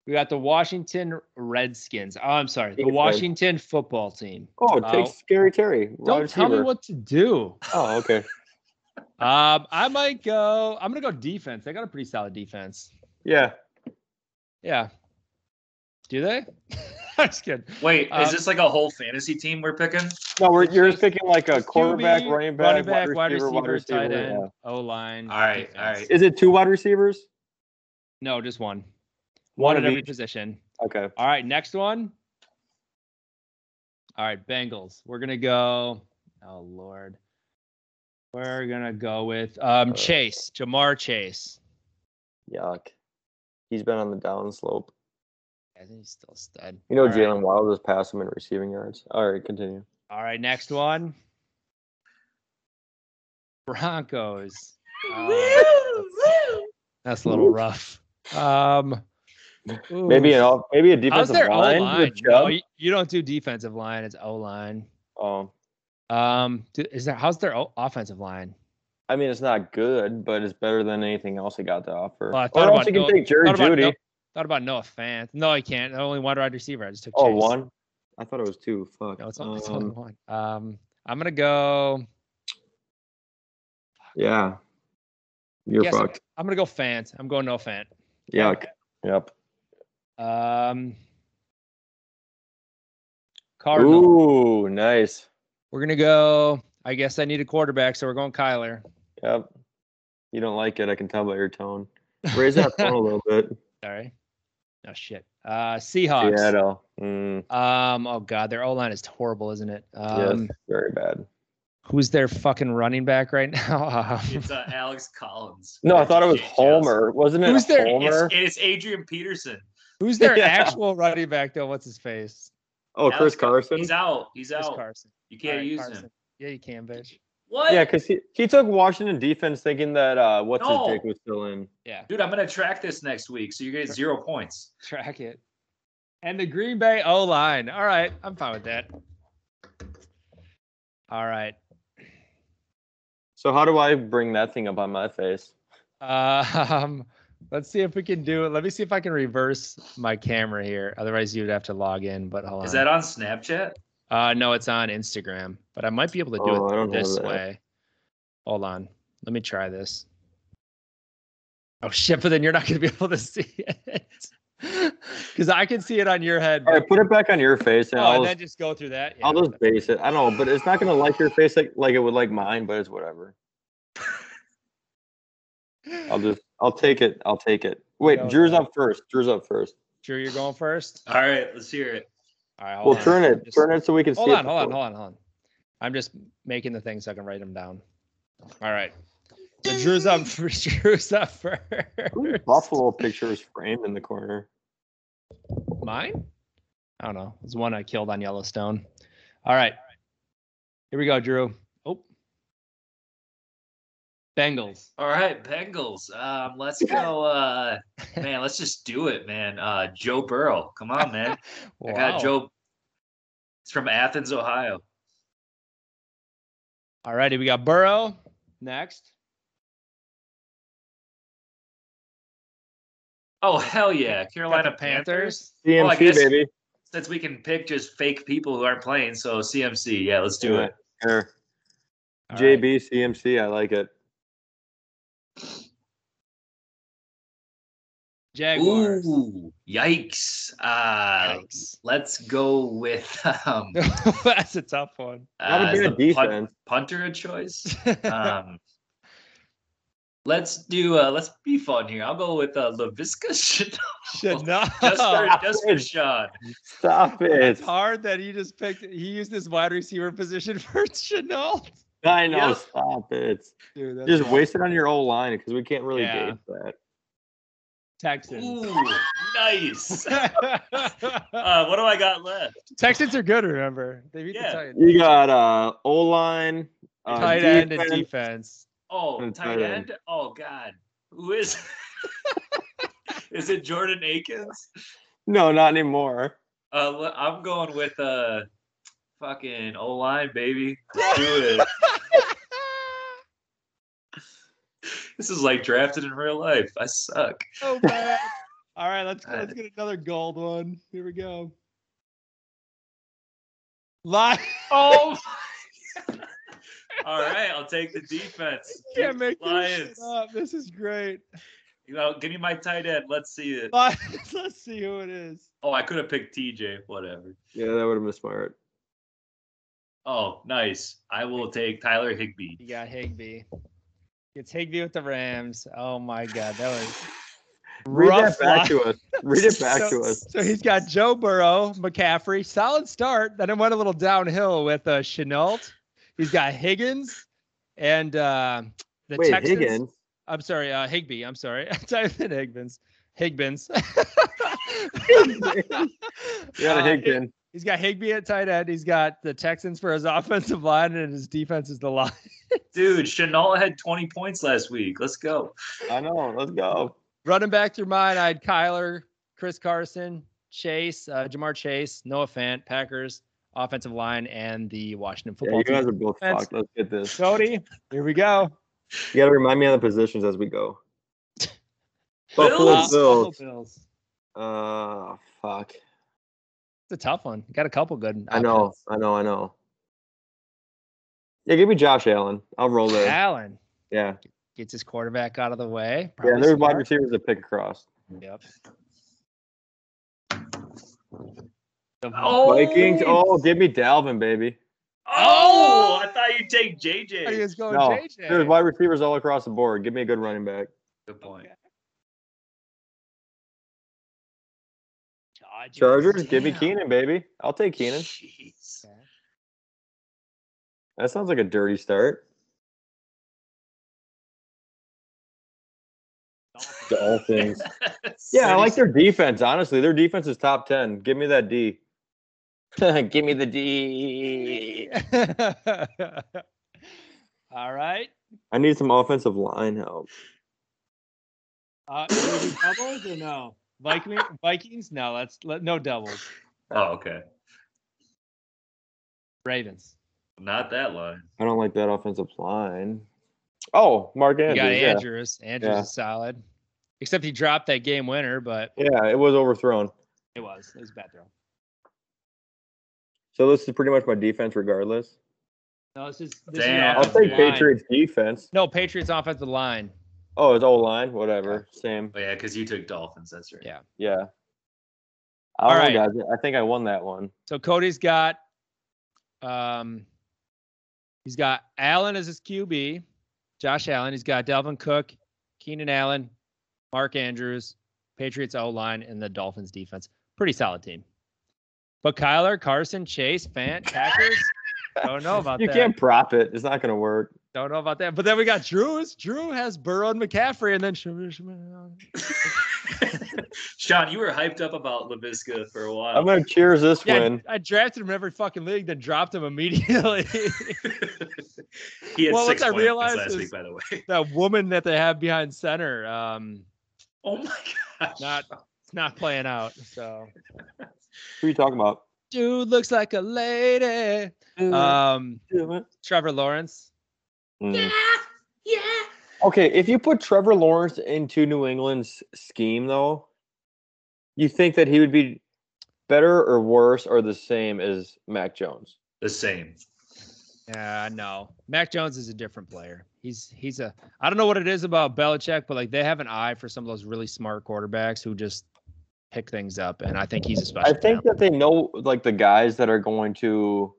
Speaker 2: We got the Washington Redskins. Oh, I'm sorry, the
Speaker 3: Red.
Speaker 2: Washington football team.
Speaker 3: Oh,
Speaker 2: Oh.
Speaker 3: take Scary Terry. wide
Speaker 2: Don't tell me
Speaker 3: receiver.
Speaker 2: what to do.
Speaker 3: Oh, okay.
Speaker 2: Um, I might go. I'm gonna go defense. They got a pretty solid defense.
Speaker 3: Yeah.
Speaker 2: Yeah. Do they? I'm just kidding.
Speaker 4: Wait,
Speaker 2: Um,
Speaker 4: is this like a whole fantasy team we're picking?
Speaker 3: No, we're, you're
Speaker 2: Just-
Speaker 3: just picking like a
Speaker 2: Just
Speaker 3: uh, quarterback,
Speaker 2: QB,
Speaker 3: running back,
Speaker 2: wide receiver,
Speaker 3: wide receiver.
Speaker 2: tight end,
Speaker 3: yeah.
Speaker 2: O line.
Speaker 4: All right, all right.
Speaker 3: Is it two wide receivers?
Speaker 2: No, just one. One
Speaker 3: of
Speaker 2: at every
Speaker 3: each.
Speaker 2: position.
Speaker 3: Okay.
Speaker 2: All right, next one. All right, Bengals. We're gonna go. Oh Lord. We're gonna go with
Speaker 3: Uh,
Speaker 2: um, Chase, Jamar Chase.
Speaker 3: Yuck. He's been on the downslope.
Speaker 2: I think he's still a stud.
Speaker 3: You know,
Speaker 2: All right.
Speaker 3: Jalen Wild just passed him in receiving yards. All right, continue.
Speaker 2: All right, next one. Broncos. Oh, that's a little rough. Um,
Speaker 3: Maybe
Speaker 2: ooh.
Speaker 3: an off, maybe a
Speaker 2: How's
Speaker 3: defensive
Speaker 2: their O
Speaker 3: line.
Speaker 2: line?
Speaker 3: with
Speaker 2: No,
Speaker 3: Chubb?
Speaker 2: you, you don't do defensive line; it's O line.
Speaker 3: Oh,
Speaker 2: Um, do- is there how's their o- offensive line?
Speaker 3: I mean, it's not good, but it's better than anything else he got to offer.
Speaker 2: Well, I
Speaker 3: or
Speaker 2: thought
Speaker 3: else
Speaker 2: about
Speaker 3: you can
Speaker 2: Noah-
Speaker 3: take Jerry
Speaker 2: thought about
Speaker 3: Judy.
Speaker 2: Noah- Thought about Noah Fant. No, I can't. Only one wide receiver. I just took.
Speaker 3: Oh,
Speaker 2: Chase.
Speaker 3: one. I thought it was two. Fuck.
Speaker 2: No, it's, only, it's
Speaker 3: Um,
Speaker 2: only one. Um, I'm gonna go.
Speaker 3: Yeah. You're
Speaker 2: Yes.
Speaker 3: fucked.
Speaker 2: I'm gonna go Fant. I'm going no Fant.
Speaker 3: Yuck. Yep.
Speaker 2: Um, Cardinal.
Speaker 3: Ooh, nice.
Speaker 2: We're gonna go. I guess I need a quarterback, so we're going Kyler.
Speaker 3: Yep. You don't like it. I can tell by your tone. Raise that tone a little bit.
Speaker 2: Sorry. Oh shit. Uh Seahawks.
Speaker 3: Seattle. Mm,
Speaker 2: Um, oh god, their O line is horrible, isn't it? Um
Speaker 3: yes, very bad.
Speaker 2: who's their fucking running back right now? Um,
Speaker 4: It's uh, Alex Collins.
Speaker 3: No, I thought it was
Speaker 4: Jake
Speaker 3: Homer. Wasn't it
Speaker 2: Who's there?
Speaker 4: Johnson.
Speaker 3: Homer?
Speaker 4: It's, it's Adrian Peterson.
Speaker 2: who's their
Speaker 3: Yeah.
Speaker 2: actual running back though? What's his face?
Speaker 3: Oh,
Speaker 4: Alex
Speaker 3: Chris
Speaker 4: Col-
Speaker 3: Carson.
Speaker 4: He's out. He's
Speaker 2: Chris
Speaker 4: out.
Speaker 2: Carson.
Speaker 4: You can't
Speaker 2: Alright,
Speaker 4: use
Speaker 2: Carson.
Speaker 4: him.
Speaker 2: Yeah, you can, bitch.
Speaker 4: What?
Speaker 3: Yeah, because he, he took Washington defense thinking that uh, what's
Speaker 4: No.
Speaker 3: his dick was still in.
Speaker 2: Yeah,
Speaker 4: Dude, I'm gonna track this next week, so you get zero points.
Speaker 2: track it. And the Green Bay O line. All right, I'm fine with that. All right.
Speaker 3: So how do I bring that thing up on my face?
Speaker 2: Um, let's see if we can do it. Let me see if I can reverse my camera here. Otherwise, you'd have to log in. But hold on.
Speaker 4: Is that on Snapchat?
Speaker 2: Uh, no, it's on Instagram, but I might be able to do
Speaker 3: Oh, I
Speaker 2: it
Speaker 3: don't have
Speaker 2: this
Speaker 3: that.
Speaker 2: way. Hold on, let me try this. Oh shit! But then you're not gonna be able to see it because I can see it on your head.
Speaker 3: All
Speaker 2: but-
Speaker 3: right, put it back on your face, and
Speaker 2: oh,
Speaker 3: I'll
Speaker 2: and then just go through that. Yeah,
Speaker 3: I'll just
Speaker 2: whatever.
Speaker 3: base it. I don't know, but it's not gonna like your face like, like it would like mine, but it's whatever. I'll just I'll take it. I'll take it. Wait,
Speaker 2: Go
Speaker 3: Drew's
Speaker 2: ahead.
Speaker 3: up first. Drew's up first.
Speaker 2: Drew, you're going first.
Speaker 4: All right, let's hear it.
Speaker 2: All right, hold
Speaker 3: Well,
Speaker 2: on.
Speaker 3: turn
Speaker 2: I'm
Speaker 3: it,
Speaker 2: just-
Speaker 3: turn it, so we can
Speaker 2: Hold
Speaker 3: see. it
Speaker 2: on, hold on,
Speaker 3: before-
Speaker 2: hold on, hold on. I'm just making the thing so I can write them down. All right. So Drew's up. Drew's up first.
Speaker 3: Whose Buffalo picture is framed in the corner.
Speaker 2: Mine? I don't know. It's one I killed on Yellowstone. All right. Here we go, Drew. Oh. Bengals.
Speaker 4: All right, Bengals. Um, let's go. Uh, man, let's just do it, man. Uh, Joe Burrow, come on, man. I got Joe. It's from Athens, Ohio.
Speaker 2: All righty. We got Burrow next.
Speaker 4: Oh hell yeah,
Speaker 2: We got
Speaker 4: Carolina
Speaker 2: the
Speaker 4: Panthers. Oh, I
Speaker 3: CMC
Speaker 4: guess-
Speaker 3: baby.
Speaker 4: Since we can pick just fake people who aren't playing, so CMC. Yeah, let's do it.
Speaker 3: Here.
Speaker 2: All right.
Speaker 3: JB CMC. I like it.
Speaker 2: Jaguars.
Speaker 4: Ooh, yikes. Uh,
Speaker 2: Yikes.
Speaker 4: let's go with um,
Speaker 2: That's a tough one.
Speaker 4: uh,
Speaker 3: Not
Speaker 4: is
Speaker 3: a
Speaker 4: the
Speaker 3: bad
Speaker 4: punt-
Speaker 3: defense.
Speaker 4: punter a choice. Um, let's do. Uh, let's be fun here. I'll go with uh, Lavisca Shenault
Speaker 2: Should not.
Speaker 4: just for
Speaker 3: Stop
Speaker 4: just for
Speaker 3: it.
Speaker 4: Sean.
Speaker 3: Stop it.
Speaker 2: It's hard that he just picked. He used his wide receiver position for Chenault.
Speaker 3: I know.
Speaker 4: Yep.
Speaker 3: Stop it.
Speaker 2: Dude, that's
Speaker 3: Just
Speaker 2: wild.
Speaker 3: waste it on your old line because we can't really
Speaker 2: Yeah.
Speaker 3: gauge that.
Speaker 2: Texans.
Speaker 4: Ooh, nice. Uh, what do I got left?
Speaker 2: Texans are good. Remember, they beat
Speaker 4: Yeah.
Speaker 2: the Titans.
Speaker 3: You got uh O line, uh,
Speaker 2: tight end and
Speaker 3: defense.
Speaker 2: defense.
Speaker 4: Oh,
Speaker 3: And
Speaker 4: tight
Speaker 3: tight end.
Speaker 4: end. Oh God, who is? is it Jordan Akins?
Speaker 3: No, not anymore.
Speaker 4: Uh, le- I'm going with uh, fucking O line, baby. Let's do it. This is like drafted in real life. I suck.
Speaker 2: so bad. All right, let's go.
Speaker 4: Uh,
Speaker 2: Let's get another gold one. Here we go. Lions
Speaker 4: Oh. All right, I'll take the defense.
Speaker 2: can't make this shit
Speaker 4: Lions.
Speaker 2: up. This is great.
Speaker 4: You know, give me my tight end. Let's see it.
Speaker 2: Lions. Let's see who it is.
Speaker 4: Oh, I could have picked TJ. Whatever.
Speaker 3: Yeah, that would have been smart.
Speaker 4: Oh, nice. I will take Tyler Higbee.
Speaker 2: You got Higby. It's Higby with the Rams. Oh my God, that was
Speaker 3: Read
Speaker 2: rough.
Speaker 3: that back
Speaker 2: line.
Speaker 3: to us. Read it back
Speaker 2: so,
Speaker 3: to us.
Speaker 2: So he's got Joe Burrow, McCaffrey, solid start. Then it went a little downhill with uh, Chenault. He's got Higgins and uh, the
Speaker 3: Wait,
Speaker 2: Texans.
Speaker 3: Higgins.
Speaker 2: I'm sorry, uh, Higby. I'm sorry. I typed in Higgins. Higgins.
Speaker 3: You got a
Speaker 2: Uh,
Speaker 3: Higgins.
Speaker 2: He's got Higby at tight end. He's got the Texans for his offensive line, and his defense is the line.
Speaker 4: Dude, Chenault had 20 points last week. Let's go.
Speaker 3: I know. Let's go.
Speaker 2: Running back through mine, I had Kyler, Chris Carson, Chase, uh, Jamar Chase, Noah Fant, Packers offensive line, and the Washington
Speaker 3: Yeah,
Speaker 2: football
Speaker 3: you guys
Speaker 2: team.
Speaker 3: are both
Speaker 2: defense.
Speaker 3: fucked. Let's get this.
Speaker 2: Cody, here we go.
Speaker 3: You got to remind me of the positions as we go. Buffalo
Speaker 4: Bills?
Speaker 3: Bills.
Speaker 2: Bills.
Speaker 3: Uh, fuck.
Speaker 2: It's a tough one. Got a couple good.
Speaker 3: I know.
Speaker 2: options.
Speaker 3: I know. I know. Yeah, give me Josh Allen. I'll roll there.
Speaker 2: Allen
Speaker 3: Yeah.
Speaker 2: gets his quarterback out of the way.
Speaker 3: Yeah,
Speaker 2: Probably
Speaker 3: and there's wide
Speaker 2: smart.
Speaker 3: receivers to pick across.
Speaker 2: Yep. The
Speaker 4: Oh.
Speaker 3: Vikings. Oh, give me Dalvin, baby.
Speaker 4: Oh, I thought you'd take
Speaker 2: fuck
Speaker 4: JJ.
Speaker 2: is going
Speaker 3: No,
Speaker 2: JJ.
Speaker 3: There's wide receivers all across the board. Give me a good running back.
Speaker 4: Good point.
Speaker 2: Chargers.
Speaker 3: Chargers. Give me
Speaker 4: Damn.
Speaker 3: Keenan, baby. I'll take Keenan.
Speaker 4: Jeez.
Speaker 3: That sounds like a dirty start.
Speaker 2: Dolphins.
Speaker 3: Dolphins. Yeah, I like
Speaker 4: City-
Speaker 3: their defense. Honestly, their defense is top ten. Give me that D. Give me the D.
Speaker 2: All right.
Speaker 3: I need some offensive line help.
Speaker 2: Uh, should we do doubles or no? Vikings. Vikings. No, let's let no doubles.
Speaker 4: Oh, okay.
Speaker 2: Ravens.
Speaker 4: Not that line.
Speaker 3: I don't like that offensive line. Oh, Mark
Speaker 2: You
Speaker 3: Andrews.
Speaker 2: got
Speaker 3: yeah.
Speaker 2: Andrews. Andrews
Speaker 3: Yeah.
Speaker 2: is solid. Except he dropped that game winner, but
Speaker 3: yeah, it was overthrown.
Speaker 2: it was it was a bad throw.
Speaker 3: So this is pretty much my defense, regardless.
Speaker 2: No, this is this is
Speaker 4: Damn.
Speaker 2: an
Speaker 3: I'll take
Speaker 2: offensive line.
Speaker 3: Patriots defense.
Speaker 2: No, Patriots offensive line.
Speaker 3: Oh, it's O line, whatever, same.
Speaker 4: But Oh, yeah, because you took Dolphins. That's right.
Speaker 2: Yeah.
Speaker 3: Yeah.
Speaker 2: All
Speaker 3: I
Speaker 2: right.
Speaker 3: don't know, guys. I think I won that one.
Speaker 2: So Cody's got um he's got Allen as his QB, Josh Allen, he's got Delvin Cook, Keenan Allen, Mark Andrews, Patriots O line, and the Dolphins defense. Pretty solid team. But Kyler, Carson, Chase, Fant, Packers. don't know about
Speaker 3: you
Speaker 2: that.
Speaker 3: can't prop it. It's not going to work.
Speaker 2: Don't know about that. But then we got Drew's. Drew has Burrow and McCaffrey, and then
Speaker 4: Sean, you were hyped up about LaVisca for a while.
Speaker 3: I'm going to cheers this
Speaker 2: Oh. yeah,
Speaker 3: win.
Speaker 2: I, I drafted him in every fucking league, then dropped him immediately.
Speaker 4: he had
Speaker 2: Well, once
Speaker 4: six
Speaker 2: I
Speaker 4: points
Speaker 2: realized
Speaker 4: last
Speaker 2: is-
Speaker 4: week, by the way.
Speaker 2: that woman that they have behind center. Um,
Speaker 4: Oh my gosh.
Speaker 2: Not- it's not playing out. So,
Speaker 3: Who are you talking about?
Speaker 2: dude looks like a lady. Um,
Speaker 3: Mm.
Speaker 2: Trevor Lawrence.
Speaker 4: yeah.
Speaker 3: Okay, if you put Trevor Lawrence into New England's scheme, though, you think that he would be better or worse or the same as Mac Jones?
Speaker 4: The same.
Speaker 2: Yeah, no. Mac Jones is a different player. He's he's a. I don't know what it is about Belichick, but like they have an eye for some of those really smart quarterbacks who just pick things up, and I think he's a special.
Speaker 3: I think
Speaker 2: talent.
Speaker 3: that they know like the guys that are going to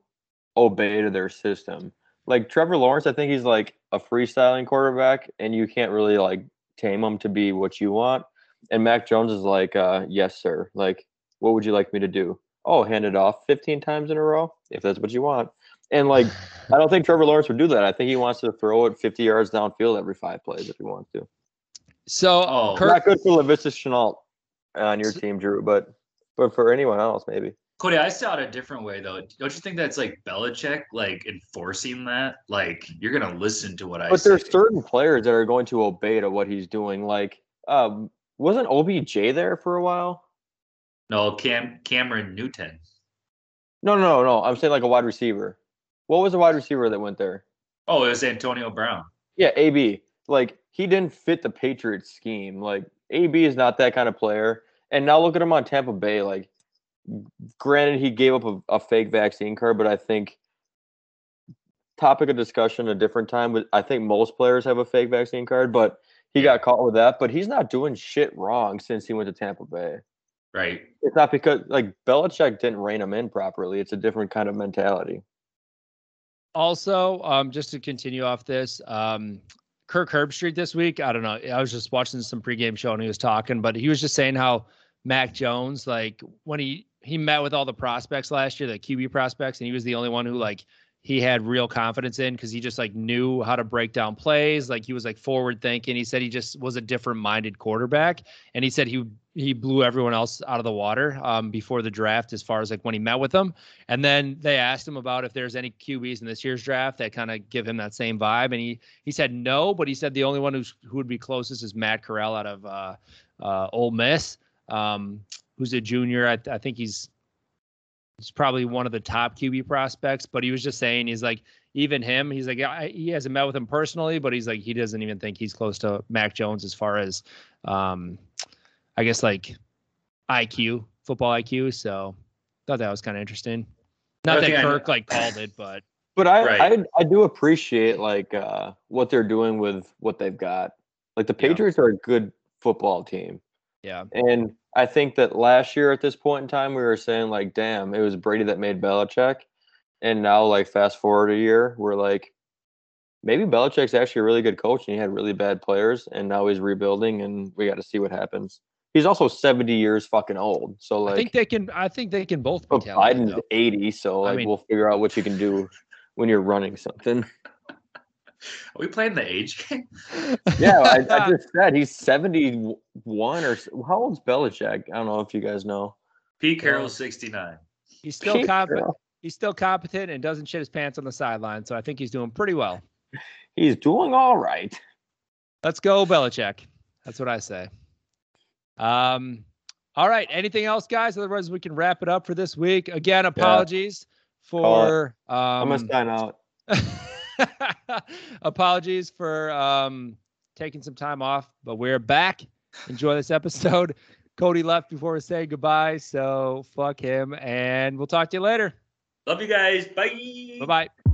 Speaker 3: obey to their system. Like Trevor Lawrence, I think he's like a freestyling quarterback, and you can't really like tame him to be what you want. And Mac Jones is like, uh, yes, sir. Like, what would you like me to do? Oh, hand it off 15 times in a row, if that's what you want. And like, I don't think Trevor Lawrence would do that. I think he wants to throw it 50 yards downfield every five plays if he wants to.
Speaker 2: so.
Speaker 4: Oh,
Speaker 2: Kirk-
Speaker 3: Not good for LaVista Chenault on your team, Drew, but but for anyone else, maybe.
Speaker 4: Cody, I saw it a different way though. Don't you think that's like Belichick, like enforcing that? Like you're gonna listen to what I
Speaker 3: but
Speaker 4: say.
Speaker 3: there's certain players that are going to obey to what he's doing. Like, um, wasn't OBJ there for a while?
Speaker 4: no Cam Cameron Newton.
Speaker 3: No, no, no, no. I'm saying like a wide receiver. What was the wide receiver that went there?
Speaker 4: Oh, it was Antonio Brown.
Speaker 3: Yeah, AB. Like he didn't fit the Patriots scheme. Like AB is not that kind of player. And now look at him on Tampa Bay. Like, granted, he gave up a, a fake vaccine card, but I think topic of discussion a different time. But I think most players have a fake vaccine card, but he got caught with that. But he's not doing shit wrong since he went to Tampa Bay.
Speaker 4: Right.
Speaker 3: It's not because like Belichick didn't rein him in properly. It's a different kind of mentality.
Speaker 2: also, um, just to continue off this, um, Kirk Herbstreit this week. I don't know. I was just watching some pregame show and he was talking, but he was just saying how Mac Jones, like when he he met with all the prospects last year, the QB prospects, and he was the only one who like he had real confidence in because he just like knew how to break down plays. Like he was like forward thinking. He said he just was a different minded quarterback, and he said he he blew everyone else out of the water um, before the draft as far as like when he met with them. And then they asked him about if there's any QBs in this year's draft that kind of give him that same vibe. And he he said no, but he said the only one who's, who would be closest is Matt Corral out of uh, uh, Ole Miss, um, who's a junior. I, I think he's he's probably one of the top QB prospects. But he was just saying he's like even him. He's like I, he hasn't met with him personally, but he's like he doesn't even think he's close to Mac Jones as far as um, I guess like IQ football IQ. So thought that was kind of interesting. Not
Speaker 4: Another
Speaker 2: that
Speaker 4: thing I-
Speaker 2: Kirk like called it, but
Speaker 3: But I,
Speaker 4: Right.
Speaker 3: I I do appreciate like uh, what they're doing with what they've got. Like the
Speaker 2: Yeah.
Speaker 3: Patriots are a good football team,
Speaker 2: yeah.
Speaker 3: and I think that last year at this point in time, we were saying like, damn, it was Brady that made Belichick, and now like fast forward a year, we're like, maybe Belichick's actually a really good coach, and he had really bad players, and now he's rebuilding, and we got to see what happens. He's also seventy years fucking old, so like,
Speaker 2: I think they can. I think they can both
Speaker 4: Oh,
Speaker 2: be
Speaker 3: but
Speaker 2: talented.
Speaker 3: Biden's
Speaker 2: though.
Speaker 3: eighty, so
Speaker 2: I
Speaker 3: like
Speaker 2: mean-
Speaker 3: we'll figure out what you can do when you're running something.
Speaker 4: Are we playing the age game?
Speaker 3: Yeah, I, I just said he's seventy-one or s- how old's Belichick? I don't know if you guys know.
Speaker 4: Pete Carroll's 69.
Speaker 2: he's still competent. He's still competent and doesn't shit his pants on the sideline. So I think he's doing pretty well.
Speaker 3: He's doing all right.
Speaker 2: Let's go, Belichick. That's what I say. Um, all right. Anything else, guys? Otherwise, we can wrap it up for this week. Again, apologies for
Speaker 3: I'm
Speaker 2: um,
Speaker 3: gonna sign out.
Speaker 2: apologies for um, taking some time off, but we're back. Enjoy this episode. Cody left before we say goodbye, so fuck him, and we'll talk to you later.
Speaker 4: Love you guys.
Speaker 2: Bye bye.